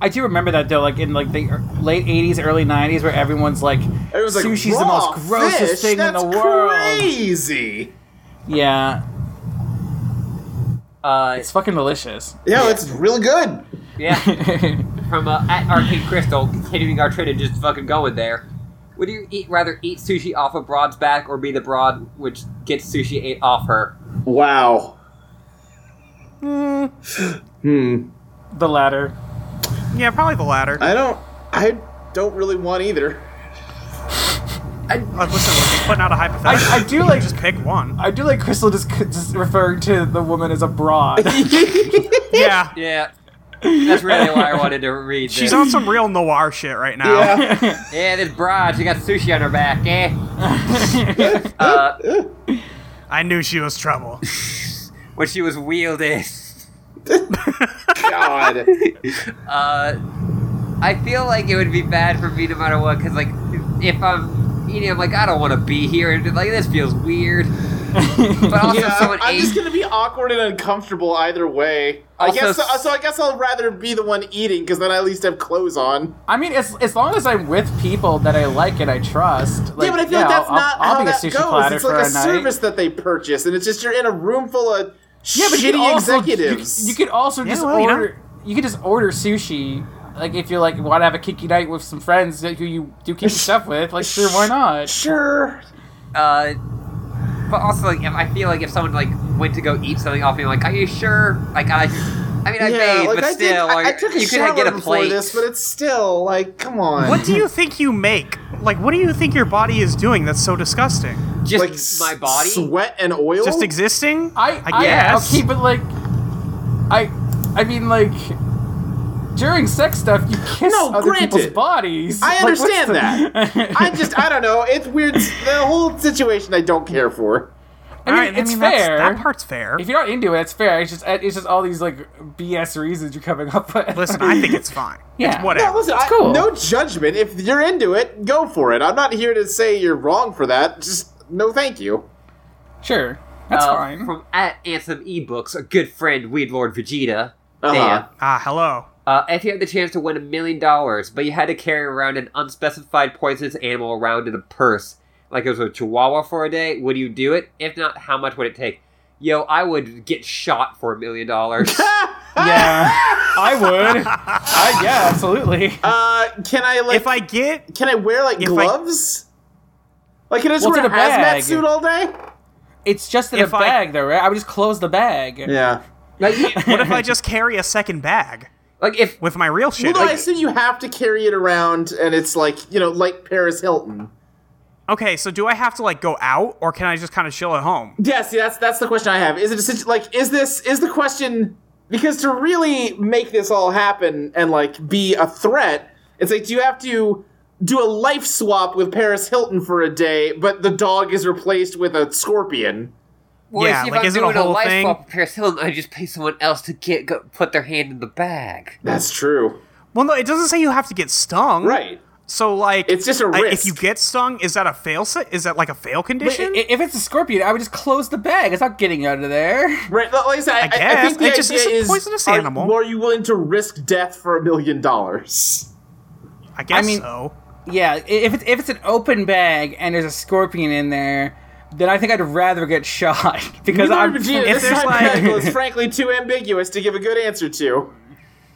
I do remember that though, like in like the er- late '80s, early '90s, where everyone's like, Everyone's like, "Sushi's the "Raw most grossest fish? thing in That's the world." Crazy. Yeah, Uh, it's fucking delicious. Yeah, it's really good. yeah, from uh, at Arcade Crystal, continuing our trend and just fucking going there. Would you eat rather eat sushi off a broad's back or be the broad which gets sushi ate off her? Wow. Hmm. the latter. Yeah, probably the latter. I don't. I don't really want either. Uh, listen, we're just putting out a hypothetical. I- I do You like- just pick one. I do like Crystal just just referring to the woman as a broad. Yeah, Yeah, that's really why I wanted to read. she's this. on some real noir shit right now. Yeah. Yeah, this broad, she got sushi on her back, eh? uh, I knew she was trouble. when she was wielded. God. Uh, I feel like it would be bad for me no matter what, because, like, if I'm eating, I'm like, I don't want to be here. And, like, this feels weird. But also, Yeah, someone I'm ate. just gonna be awkward and uncomfortable either way. I Also guess so, s- so. I guess I'll rather be the one eating because then I at least have clothes on. I mean, as as long as I'm with people that I like and I trust. Like, yeah, but I feel like that's I'll, not I'll how be a that sushi platter goes. It's for like a, a night. service that they purchase, and it's just you're in a room full of Yeah, but you could shitty also, you- executives. You, could also just well, you know. order. You, could just order sushi. Like if you're like want to have a kinky night with some friends that who you do kinky stuff with, like sure, why not? sure. Uh, but also, like, if I feel like if someone, like, went to go eat something off me, I'm like, are you sure? Like, I. I mean, I bathed, but I still, did, like, I, I took a you could shower like, get a before plate. this, but it's still like, come on. What do you think you make? Like, what do you think your body is doing that's so disgusting? just like s- my body. sweat and oil? Just existing? I I guess. okay, but like, I I mean like during sex stuff you kiss No, other people's granted. bodies. I Like, what's understand the- I just, I don't know. It's weird. The whole situation I don't care for. I mean, Alright, it's that's- fair. That part's fair. if you're not into it, it's fair. It's just it's just all these like BS reasons you're coming up with. Listen, I think it's fine. Yeah. It's No, whatever. listen, I, cool. no judgment. If you're into it, go for it. I'm not here to say you're wrong for that. Just no thank you. sure. That's uh, fine. From at Anthem Ebooks, a good friend, Weed Lord Vegeta. Uh-huh. Dan, Ah, hello. uh, if you had the chance to win a million dollars, but you had to carry around an unspecified poisonous animal around in a purse, like it was a chihuahua for a day, would you do it? If not, how much would it take? Yo, I would get shot for a million dollars. Yeah, I would. I, yeah, absolutely. Uh, can I like? If I get can I wear like if I- gloves? like can I just What's wear in a a bag? hazmat suit all day? It's just in If a I- bag, though, right? I would just close the bag. Yeah. like, you- what if I just carry a second bag like if with my real shit? Well, no, I Like- assume you have to carry it around, and it's like you know, like Paris Hilton. okay, so do I have to like go out or can I just kind of chill at home? Yeah, see, that's that's the question I have. Is it a, situ- like is this is the question because to really make this all happen and like be a threat, it's like do you have to do a life swap with Paris Hilton for a day, but the dog is replaced with a scorpion? Well, Yeah, see, if like, I'm is it a doing whole life thing? swap with Paris Hilton, I just pay someone else to get go, put their hand in the bag. That's true. Well, no, it doesn't say you have to get stung. Right. So like, It's just a I- if risk. you get stung, is that a fail? se- Is that like a fail But i- condition? i- if it's a scorpion, I would just close the bag. It's not getting out of there. Right. Like I said, I, I, I guess. think the It just- idea it's a is poisonous are, animal. Are you willing to risk death for a million dollars? I guess I mean- so. Yeah, i- if it's if it's an open bag and there's a scorpion in there, then I think I'd rather get shot because Neither I'm. of you- if this there's, like- hypothetical is frankly too ambiguous to give a good answer to.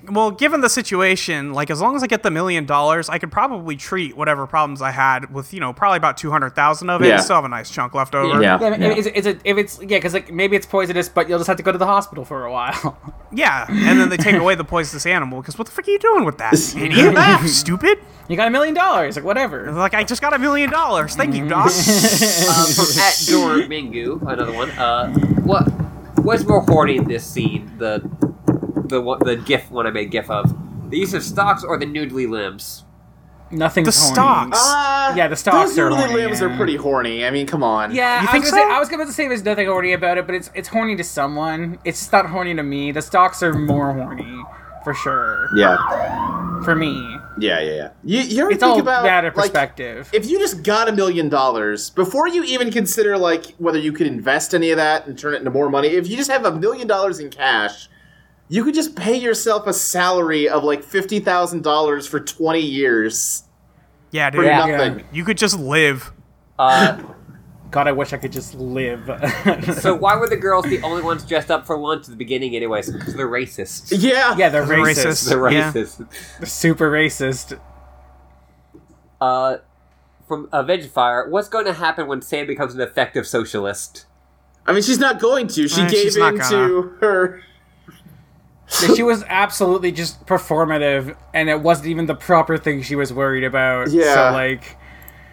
Well, given the situation, like as long as I get the million dollars, I could probably treat whatever problems I had with you know probably about two hundred thousand of it. Yeah. and Still have a nice chunk left over. Yeah. I mean, Is, is it, if it's yeah, because like maybe it's poisonous, but you'll just have to go to the hospital for a while. Yeah, and then they take away the poisonous animal because what the frick are you doing with that, idiot? Ah, Stupid! you got a million dollars, like whatever. Like I just got a million dollars. Thank you, Doc. Uh, from at Dor Mingu, another one. Uh, what what's more horny in this scene? The the one the GIF one I made GIF of the use of stocks or the nudely limbs. Nothing's the horny. stocks. Uh, Yeah, the stocks those are noodly horny, limbs yeah. are pretty horny. I mean, come on. Uh, Yeah, You I, think was gonna so? say, I was going to say there's nothing horny about it, but it's it's horny to someone. It's just not horny to me. The stocks are more horny, for sure. yeah, For me, yeah, yeah. yeah. You, you ever it's think all about matter of like, perspective. if you just got a million dollars before you even consider like whether you could invest any of that and turn it into more money. If you just have a million dollars in cash, you could just pay yourself a salary of like fifty thousand dollars for twenty years yeah, for dude. Yeah. nothing. You could just live. Uh, God, I wish I could just live. so why were the girls the only ones dressed up for lunch at the beginning, anyways? Because they're racist. Yeah, yeah, they're They're racist. racist. They're Yeah. racist. They're super racist. Uh, from Avenged Fire, what's going to happen when Sam becomes an effective socialist? I mean, she's not going to. She Uh, Eh, gave she's not in to her. She was absolutely just performative, and it wasn't even the proper thing she was worried about. Yeah. So like,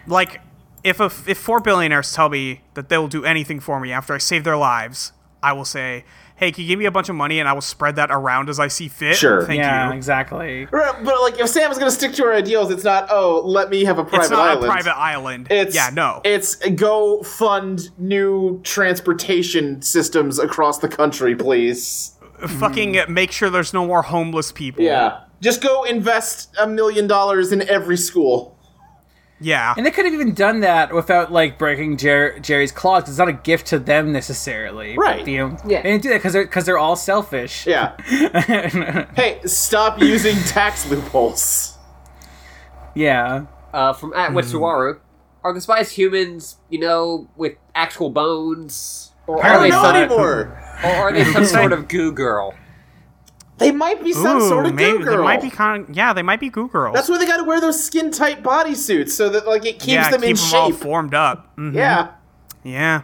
Like if a, if four billionaires tell me that they will do anything for me after I save their lives, I will say, "Hey, can you give me a bunch of money and I will spread that around as I see fit." Sure. Thank yeah, you. exactly. Right, But like, if Sam is going to stick to her ideals, it's not. Oh, let me have a private It's not island. a private island. It's yeah, no. It's go fund new transportation systems across the country, please. fucking make sure there's no more homeless people. Yeah. Just go invest a million dollars in every school. Yeah. And they could have even done that without like breaking Jer- Jerry's claws. 'cause It's not a gift to them necessarily. Right. But, you know, They didn't do that because they're because they're all selfish. Yeah. hey, stop using tax loopholes. Yeah. uh, from at Hmm. Wetsuwaru. Are the spies humans, you know, with actual bones? Or I are, don't they know some, anymore. or are they some sort of goo girl? They might be some Ooh, sort of maybe goo they girl. might be kind of, yeah, they might be goo girls. That's why they got to wear those skin tight bodysuits so that like it keeps yeah, them keep in them all shape. formed up. Mhm. yeah. Yeah.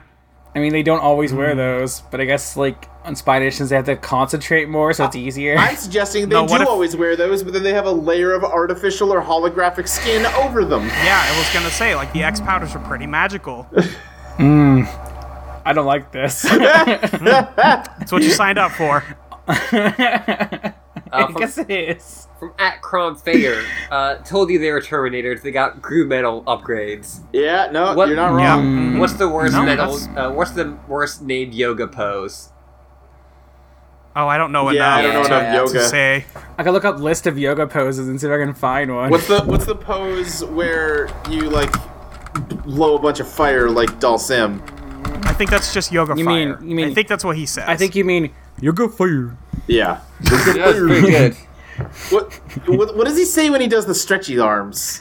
I mean, they don't always wear Mm-hmm. those, but I guess like on spy missions they have to concentrate more, so it's easier. I'm suggesting they No, what do if- always wear those, but then they have a layer of artificial or holographic skin over them. Yeah, I was gonna say like the X powders are pretty magical. I don't like this. That's what you signed up for. I guess it is. From at Crom Fayer, uh, told you they were Terminators. They got goo metal upgrades. Yeah, no, What- you're not Yeah. wrong. mhm. What's the worst No, metal? that's- Uh, what's the worst named yoga pose? Oh, I don't know enough Yeah, I don't know Yeah, enough yeah, to yoga. say. I can look up list of yoga poses and see if I can find one. What's the what's the pose where you like blow a bunch of fire like Dalsim? I think that's just yoga You mean- fire. you mean- I think that's what he says. I think you mean yoga fire. Yeah. That's pretty good. What, what what does he say when he does the stretchy arms?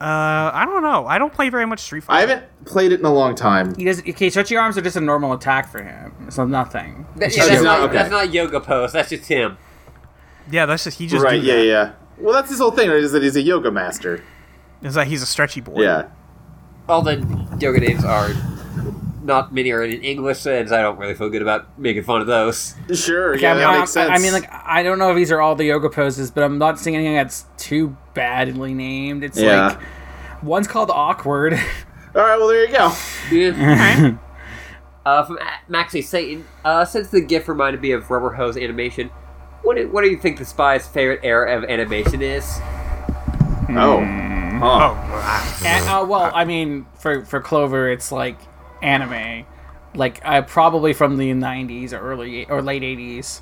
Uh, I don't know. I don't play very much Street Fighter. I haven't played it in a long time. He does. Okay, stretchy arms are just a normal attack for him. So nothing. That- yeah, Okay. that's, not, Okay. that's not yoga pose. That's just him. Yeah, that's just he just right? do Yeah, that. yeah. Well, that's his whole thing. Right, is that he's a yoga master? Is that he's a stretchy boy? Yeah. All the yoga names are not many are in English, and I don't really feel good about making fun of those. Sure. Yeah, Yeah, that I'm- makes sense. I mean, like, I don't know if these are all the yoga poses, but I'm not seeing anything that's too badly named. It's Yeah. like one's called awkward. all right. Well, there you go. Yeah. uh, from A- Maxie Satan, uh, since the GIF reminded me of Rubber Hose animation, what do, what do you think the spy's favorite era of animation is? Oh. Oh, Huh. ah, And, uh, well, I mean, for for Clover, it's like anime, like uh, probably from the '90s or early or late '80s,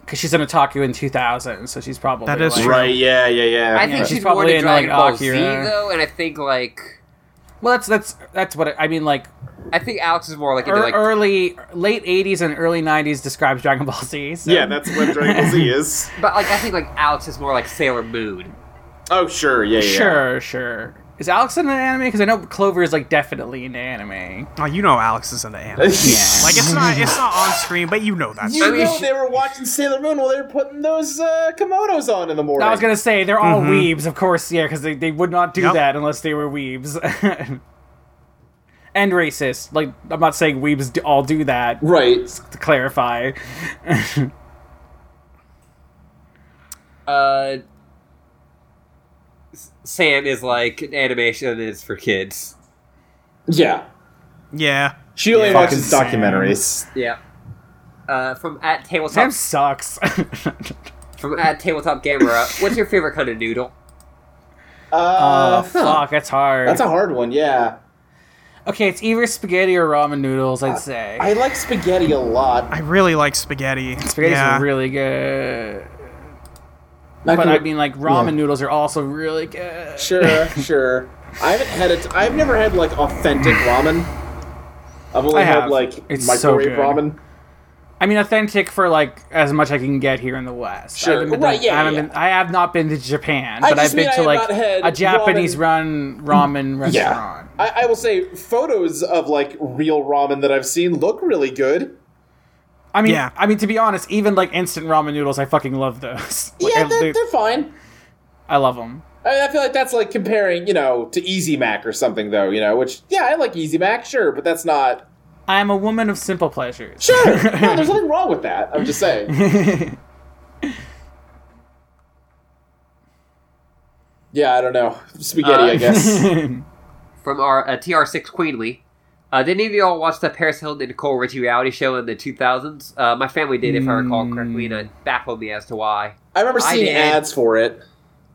because she's an otaku in 2000, so she's probably That is like- true. Right. Yeah. Yeah. Yeah. I think Yeah. she's, She's more probably to in, Dragon like, Ball Akira. Z though, and I think like Well, that's that's that's what I, I mean. Like, I think Alex is more like into ear- like early late '80s and early '90s describes Dragon Ball Z. So. yeah. That's what Dragon Ball Z is. But like I think like Alex is more like Sailor Moon. Oh, sure. Yeah. Yeah. Sure, sure. Is Alex in an anime? Because I know Clover is like definitely in anime. oh, you know Alex is into anime. like it's not it's not on screen, but you know that. You I mean, know she- they were watching Sailor Moon while they were putting those uh, kimonos on in the morning. I was gonna say they're all weebs, of course, yeah, because they, they would not do Yep. that unless they were weebs. and racist. Like I'm not saying weebs do, all do that. Right. To clarify, Uh, S- Sam is like an animation is for kids. Yeah. Yeah. She only Yeah. watches Fucking Sam. documentaries. Yeah. Uh, from at tabletop Sam sucks. Uh, from at tabletop gamer. What's your favorite kind of noodle? Uh, uh, huh. fuck, that's hard. That's a hard one. Yeah. okay, it's either spaghetti or ramen noodles. I'd say I like spaghetti a lot. I really like spaghetti. spaghetti's yeah. really good, I but can- I mean, like ramen Yeah. noodles are also really good. Sure, sure. I haven't had it. I've never had like authentic ramen. I've only I had have. like It's so microwave good. ramen. I mean, authentic for like as much I can get here in the West. Sure. I haven't been Right, to, yeah, I, haven't yeah. Been, I have not been to Japan, I but just I've been mean I to have like not had a Japanese ramen- run ramen Yeah, restaurant. I, I will say photos of like real ramen that I've seen look really good. I mean, Yeah. I mean to be honest, even like instant ramen noodles, I fucking love those. Like, Yeah, I, they're, they- they're fine. I love them. I, mean, I feel like that's like comparing, you know, to Easy Mac or something, though. You know, which yeah, I like Easy Mac, sure, but that's not I am a woman of simple pleasures. sure. no, there's nothing wrong with that. I'm just saying. yeah, I don't know spaghetti. I guess. From our uh, TR6 Queenly. Uh, did any of y'all watch the Paris Hilton and Nicole Richie reality show in the 2000s? Uh, my family did, if I recall correctly, and it baffled me as to why. I remember I seeing did. ads for it.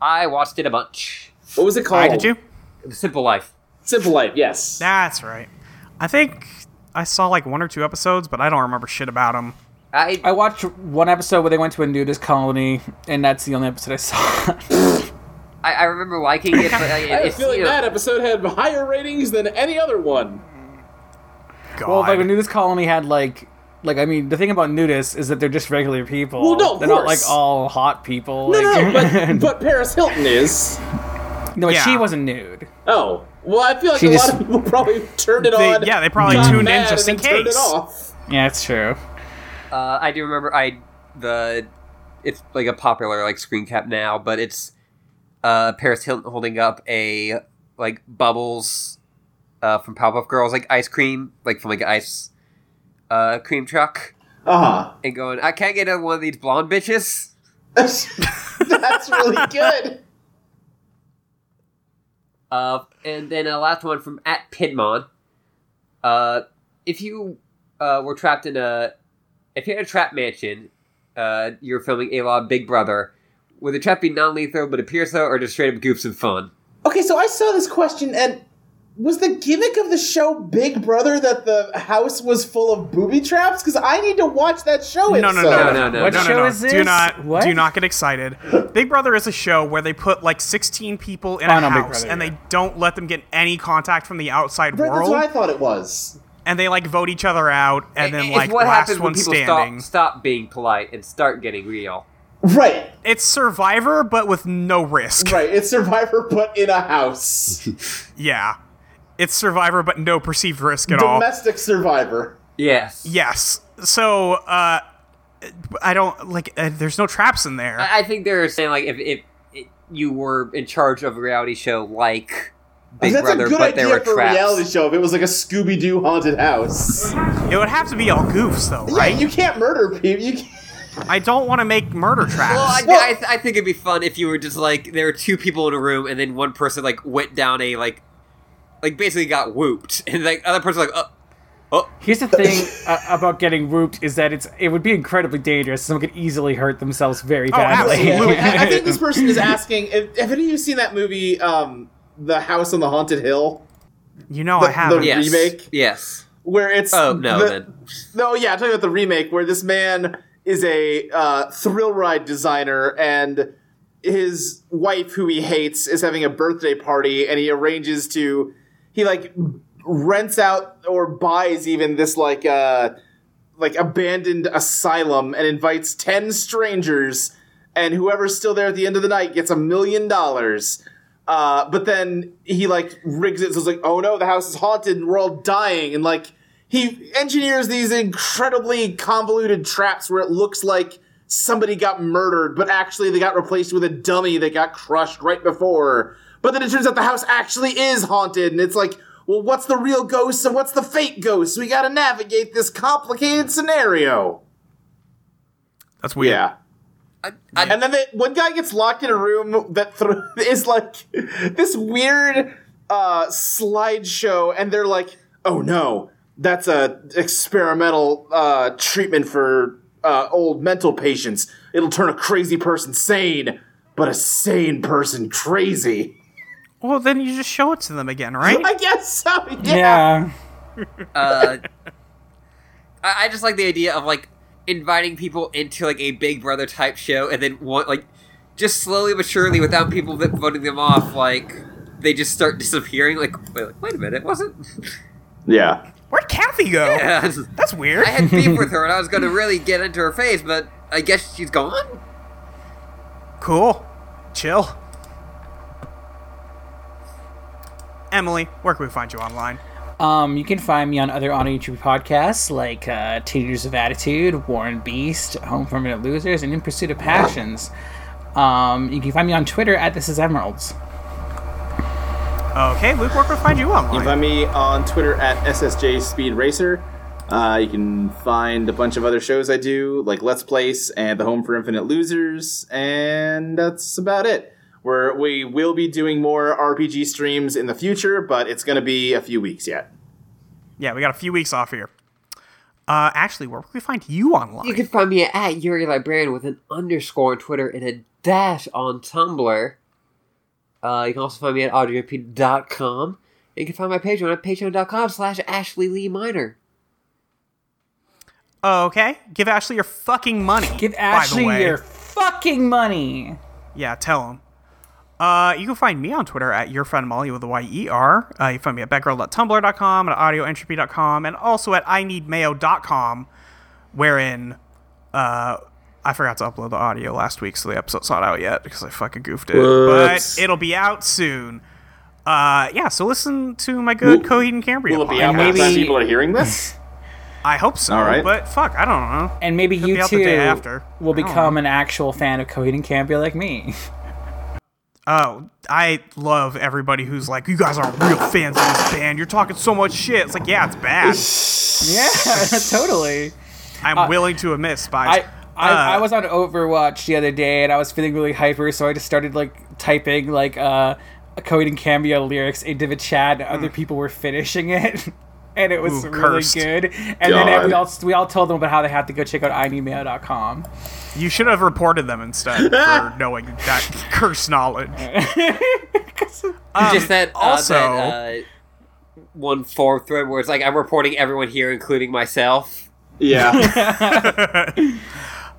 I watched it a bunch. What was it called? Why did you? The Simple Life. Simple Life, yes. That's right. I think I saw like one or two episodes, but I don't remember shit about them. I, I watched one episode where they went to a nudist colony, and that's the only episode I saw. I, I remember liking it, but uh, it- I it's, feel like you know, that episode had higher ratings than any other one. God. well, like the nudist colony had like. Like I mean, the thing about nudists is that they're just regular people. Well, no, of they're not like course. all hot people. No, like, no, but, but Paris Hilton is. No, but Yeah. she wasn't nude. Oh, well, I feel like She a just- lot of people probably turned it They- on. yeah, they probably got tuned in mad, just and in then Turned it case. off. Yeah, it's true. uh, I do remember I the it's like a popular like screen cap now, but it's uh, Paris Hilton holding up a like bubbles uh, from Powerpuff Girls like ice cream like from like an ice uh, cream truck Uh and going I can't get another one of these blonde bitches. huh. That's really good. Uh, and then a last one from at Pidmon. Uh, if you uh, were trapped in a, if you had a trap mansion, uh, you're filming a law Big Brother. Would the trap be non-lethal but appear so, or just straight up goofs and fun? Okay, so I saw this question, and was the gimmick of the show Big Brother that the house was full of booby traps? Because I need to watch that show. No, no, no, no, no, What no, show no, no. is this? Do not, What? do not get excited. Big Brother is a show where they put like 16 people in Oh, a no, Big house Brother, and yeah. they don't let them get any contact from the outside Right, that's world, what I thought it was. and they like vote each other out, and then It's like what last happens one when people standing. stop stop being polite and start getting real. Right, It's Survivor, but with no risk. right. It's Survivor, but in a house. Yeah, it's Survivor, but no perceived risk at all. Domestic Survivor. Yes. Yes. So uh, I don't like. Uh, there's no traps in there. I I think they're saying like if, if, if you were in charge of a reality show like Big That's Brother, a good but idea there were for traps. a reality show if it was like a Scooby Doo haunted house. it would have to be all goofs, though, right? Yeah, you can't murder people. You can't. I don't want to make murder traps. Well, I, Well- I, th- I think it'd be fun if you were just like there were two people in a room, and then one person like went down a like, like basically got whooped, and like other person like, oh, Here's the thing uh, about getting whooped is that it's it would be incredibly dangerous. Someone could easily hurt themselves very badly. absolutely. Oh, I, I think this person is asking if, have any of you seen that movie, um, The House on the Haunted Hill, you know, the- I haven't. the- yes, Remake? yes. where it's Oh no, the- then No, yeah, I'm talking about the remake where this man is a uh, thrill ride designer and his wife, who he hates, is having a birthday party and he arranges to. He, like, rents out or buys even this, like, uh, like abandoned asylum and invites 10 strangers and whoever's still there at the end of the night gets a million dollars uh, but then he like rigs it so it's like oh no the house is haunted and we're all dying and like he engineers these incredibly convoluted traps where it looks like somebody got murdered but actually they got replaced with a dummy that got crushed right before but then it turns out the house actually is haunted and it's like well what's the real ghost and what's the fake ghost we gotta navigate this complicated scenario That's weird. yeah I, I, and then they, one guy gets locked in a room that th- is like this weird uh, slideshow, and they're like, "Oh no, that's a experimental uh, treatment for uh, old mental patients. It'll turn a crazy person sane, but a sane person crazy." Well, then you just show it to them again, right? I guess so. Yeah. yeah. uh, I, I just like the idea of like inviting people into like a Big Brother type show, and then one like just slowly but surely, without people that voting them off, like they just start disappearing. Like wait, like, wait a minute, wasn't? yeah. Where'd Kathy go? That's weird. I had beef with her, and I was going to really get into her face, but I guess she's gone. cool. Chill. Emily, where can we find you online? Um, you can find me on other on YouTube podcasts like uh, Teenagers of Attitude, Warren Beast, Home for Minute Losers, and In Pursuit of Passions. Um, you can find me on Twitter at This Is Emeralds. Okay, Luke, where can we find you You online? can find me on Twitter at SSJ Speed Racer. Uh, you can find a bunch of other shows I do, like Let's Place and The Home for Infinite Losers, and that's about it. We're, we will be doing more RPG streams in the future, but it's going to be a few weeks yet. yeah, we got a few weeks off here. Uh, Ashley, where can we find you online? You can find me at Yuri Librarian with an underscore on Twitter and a dash on Tumblr. Uh, you can also find me at audiop.com. You can find my Patreon at patreon.com slash Ashley Lee Minor. Oh, okay, give Ashley your fucking money. Give by the Ashley way. your fucking money. Yeah, tell him. Uh, you can find me on Twitter at your friend Molly with a Y E R. Uh, you can find me at backgirl.tumblr.com, at audioentropy.com, and also at I ineedmayo.com, wherein uh, I forgot to upload the audio last week, so the episode's not out yet because I fucking goofed it. But it'll be out soon. Uh, yeah, so listen to my good Coheed and Cambria. Will it be pod. out by the time maybe- people are hearing this? I hope so. All right. But fuck, I don't know. And maybe Could you be out the too day after. will I don't become an actual fan of Coheed and Cambria like me. Oh, I love everybody who's like, you guys aren't real fans of this band. You're talking so much shit. It's like, yeah, it's bad. yeah, totally. I'm willing to admit, Spice. I, I, Uh, I was on Overwatch the other day and I was feeling really hyper, so I just started like typing like uh, Coheed and Cambria lyrics into the chat, and other people were finishing it. And it was Hmm. Ooh, really cursed. good. And then God. we all we all told them about how they had to go check out E inemail.com. You should have reported them instead for knowing that curse knowledge. Um, just that, uh, also- that, uh, one forum thread where it's like I'm reporting everyone here, including myself. Yeah.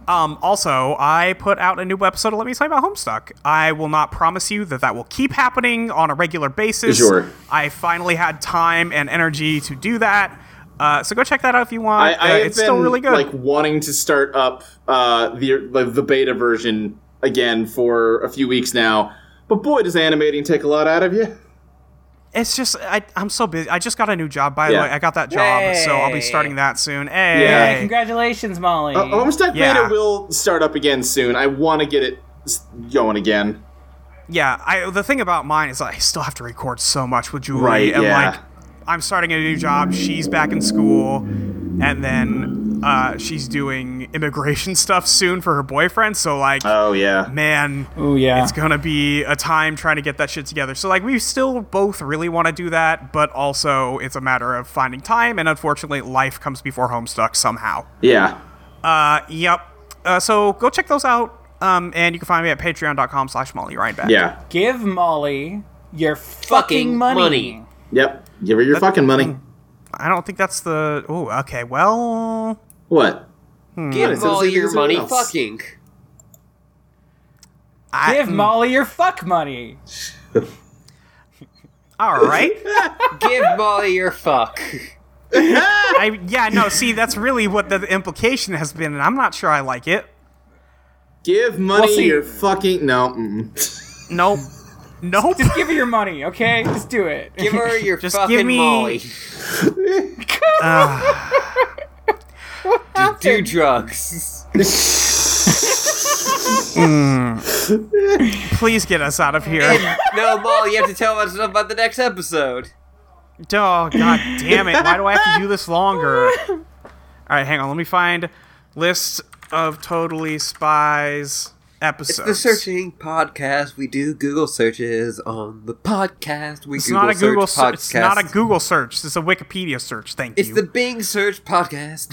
Um, also, I put out a new episode of Let Me Tell You About Homestuck. I will not promise you that that will keep happening on a regular basis. Sure. I finally had time and energy to do that. Uh, so go check that out if you I, want. I Uh, have it's been still really good. like wanting to start up uh, the, the the beta version again for a few weeks now, but boy, does animating take a lot out of you. it's just I, I'm so busy. I just got a new job by the Yeah. way. I got that job, so I'll be Yay. starting that soon. Hey, Yeah. Hey, congratulations, Molly. Uh, Homestuck Yeah. Beta will start up again soon. I want to get it s- going again. yeah. I the thing about mine is I still have to record so much with Julie, Right, and yeah. like I'm starting a new job. She's back in school, and then uh, she's doing immigration stuff soon for her boyfriend. So like, Oh yeah. man, Oh yeah. it's gonna be a time trying to get that shit together. So like, we still both really want to do that, but also it's a matter of finding time. And unfortunately, life comes before Homestuck somehow. Yeah. Uh, yep. Uh, so go check those out. Um, and you can find me at patreon.com slash Molly Rhinebeck. Yeah. Give Molly your fucking money. money. Yep. Give her your fucking money. I don't think that's the. Oh, okay. Well, What? Hmm. Give it's all the same your as everyone money, else. fucking. I, Give mm, Molly your fuck money. All right. Give Molly your fuck. I yeah. No. See, that's really what the implication has been, and I'm not sure I like it. Give money We'll see. your fucking no. Mm-mm. Nope. Nope. Just give her your money, okay? Just do it. Give her your Just give fucking me- Ah. Molly. Do drugs. Please get us out of here. no, Molly, you have to tell us about the next episode. Oh god damn it! Why do I have to do this longer? All right, hang on. Let me find list of totally spies episodes. The searching podcast. We do Google searches on the podcast. We It's not a Google search. search It's not a podcast. Google search. It's a Wikipedia search. Thank It's you. the Bing search podcast.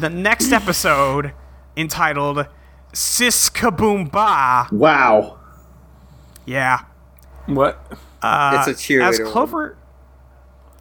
The next episode, entitled "Sis Kaboomba," Wow. yeah, What? it's a cheerleader. Uh, as one. Clover,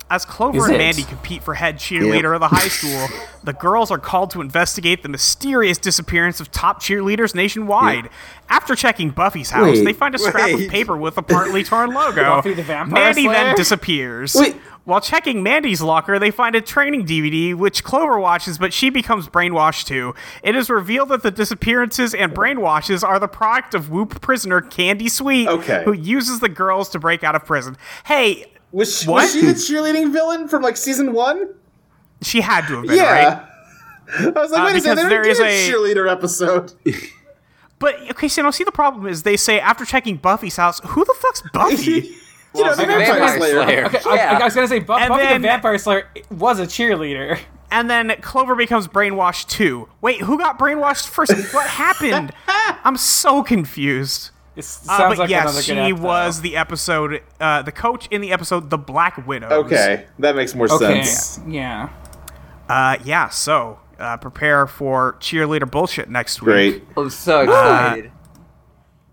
as Clover Is and it? Mandy compete for head cheerleader of the high school, the girls are called to investigate the mysterious disappearance of top cheerleaders nationwide. After checking Buffy's house, Wait, they find a scrap wait. of paper with a partly torn logo. Buffy the Vampire Mandy Slayer? then disappears. Wait. While checking Mandy's locker, they find a training DVD which Clover watches, but she becomes brainwashed too. It is revealed that the disappearances and brainwashes are the product of Whoop prisoner Candy Sweet, Okay. who uses the girls to break out of prison. Hey, Was she, What? was she the cheerleading villain from like season one? she had to have been yeah. right. I was like, Uh, wait a because second, they didn't there do is a a- cheerleader episode. But okay, so now see the problem is they say after checking Buffy's house, who the fuck's Buffy? you know, the Vampire, Vampire Slayer. Slayer. Okay, I- I, I was gonna say Buff, And Buffy then- the Vampire Slayer was a cheerleader. and then Clover becomes brainwashed too. Wait, who got brainwashed first? What happened? I'm so confused. It sounds Uh, but like another yes, good she app, though. was the episode, uh, the coach in the episode, the Black Widow. Okay, that makes more Okay. sense. Yeah. Uh, yeah. So uh, prepare for cheerleader bullshit next week. Great. I'm so Ah. excited.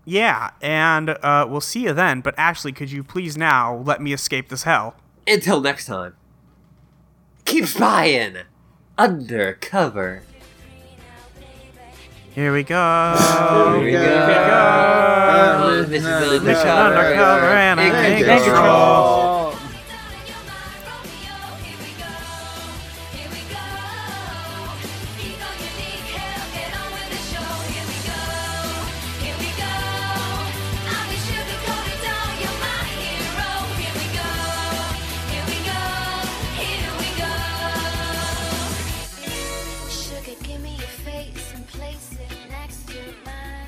Yeah, and uh, we'll see you then. But Ashley, could you please now let me escape this hell? Until next time, keep spying undercover. Here we go. Here we go. This is undercover. This is undercover and I Ignorant ain't control. control. Give me your face and place it next to mine.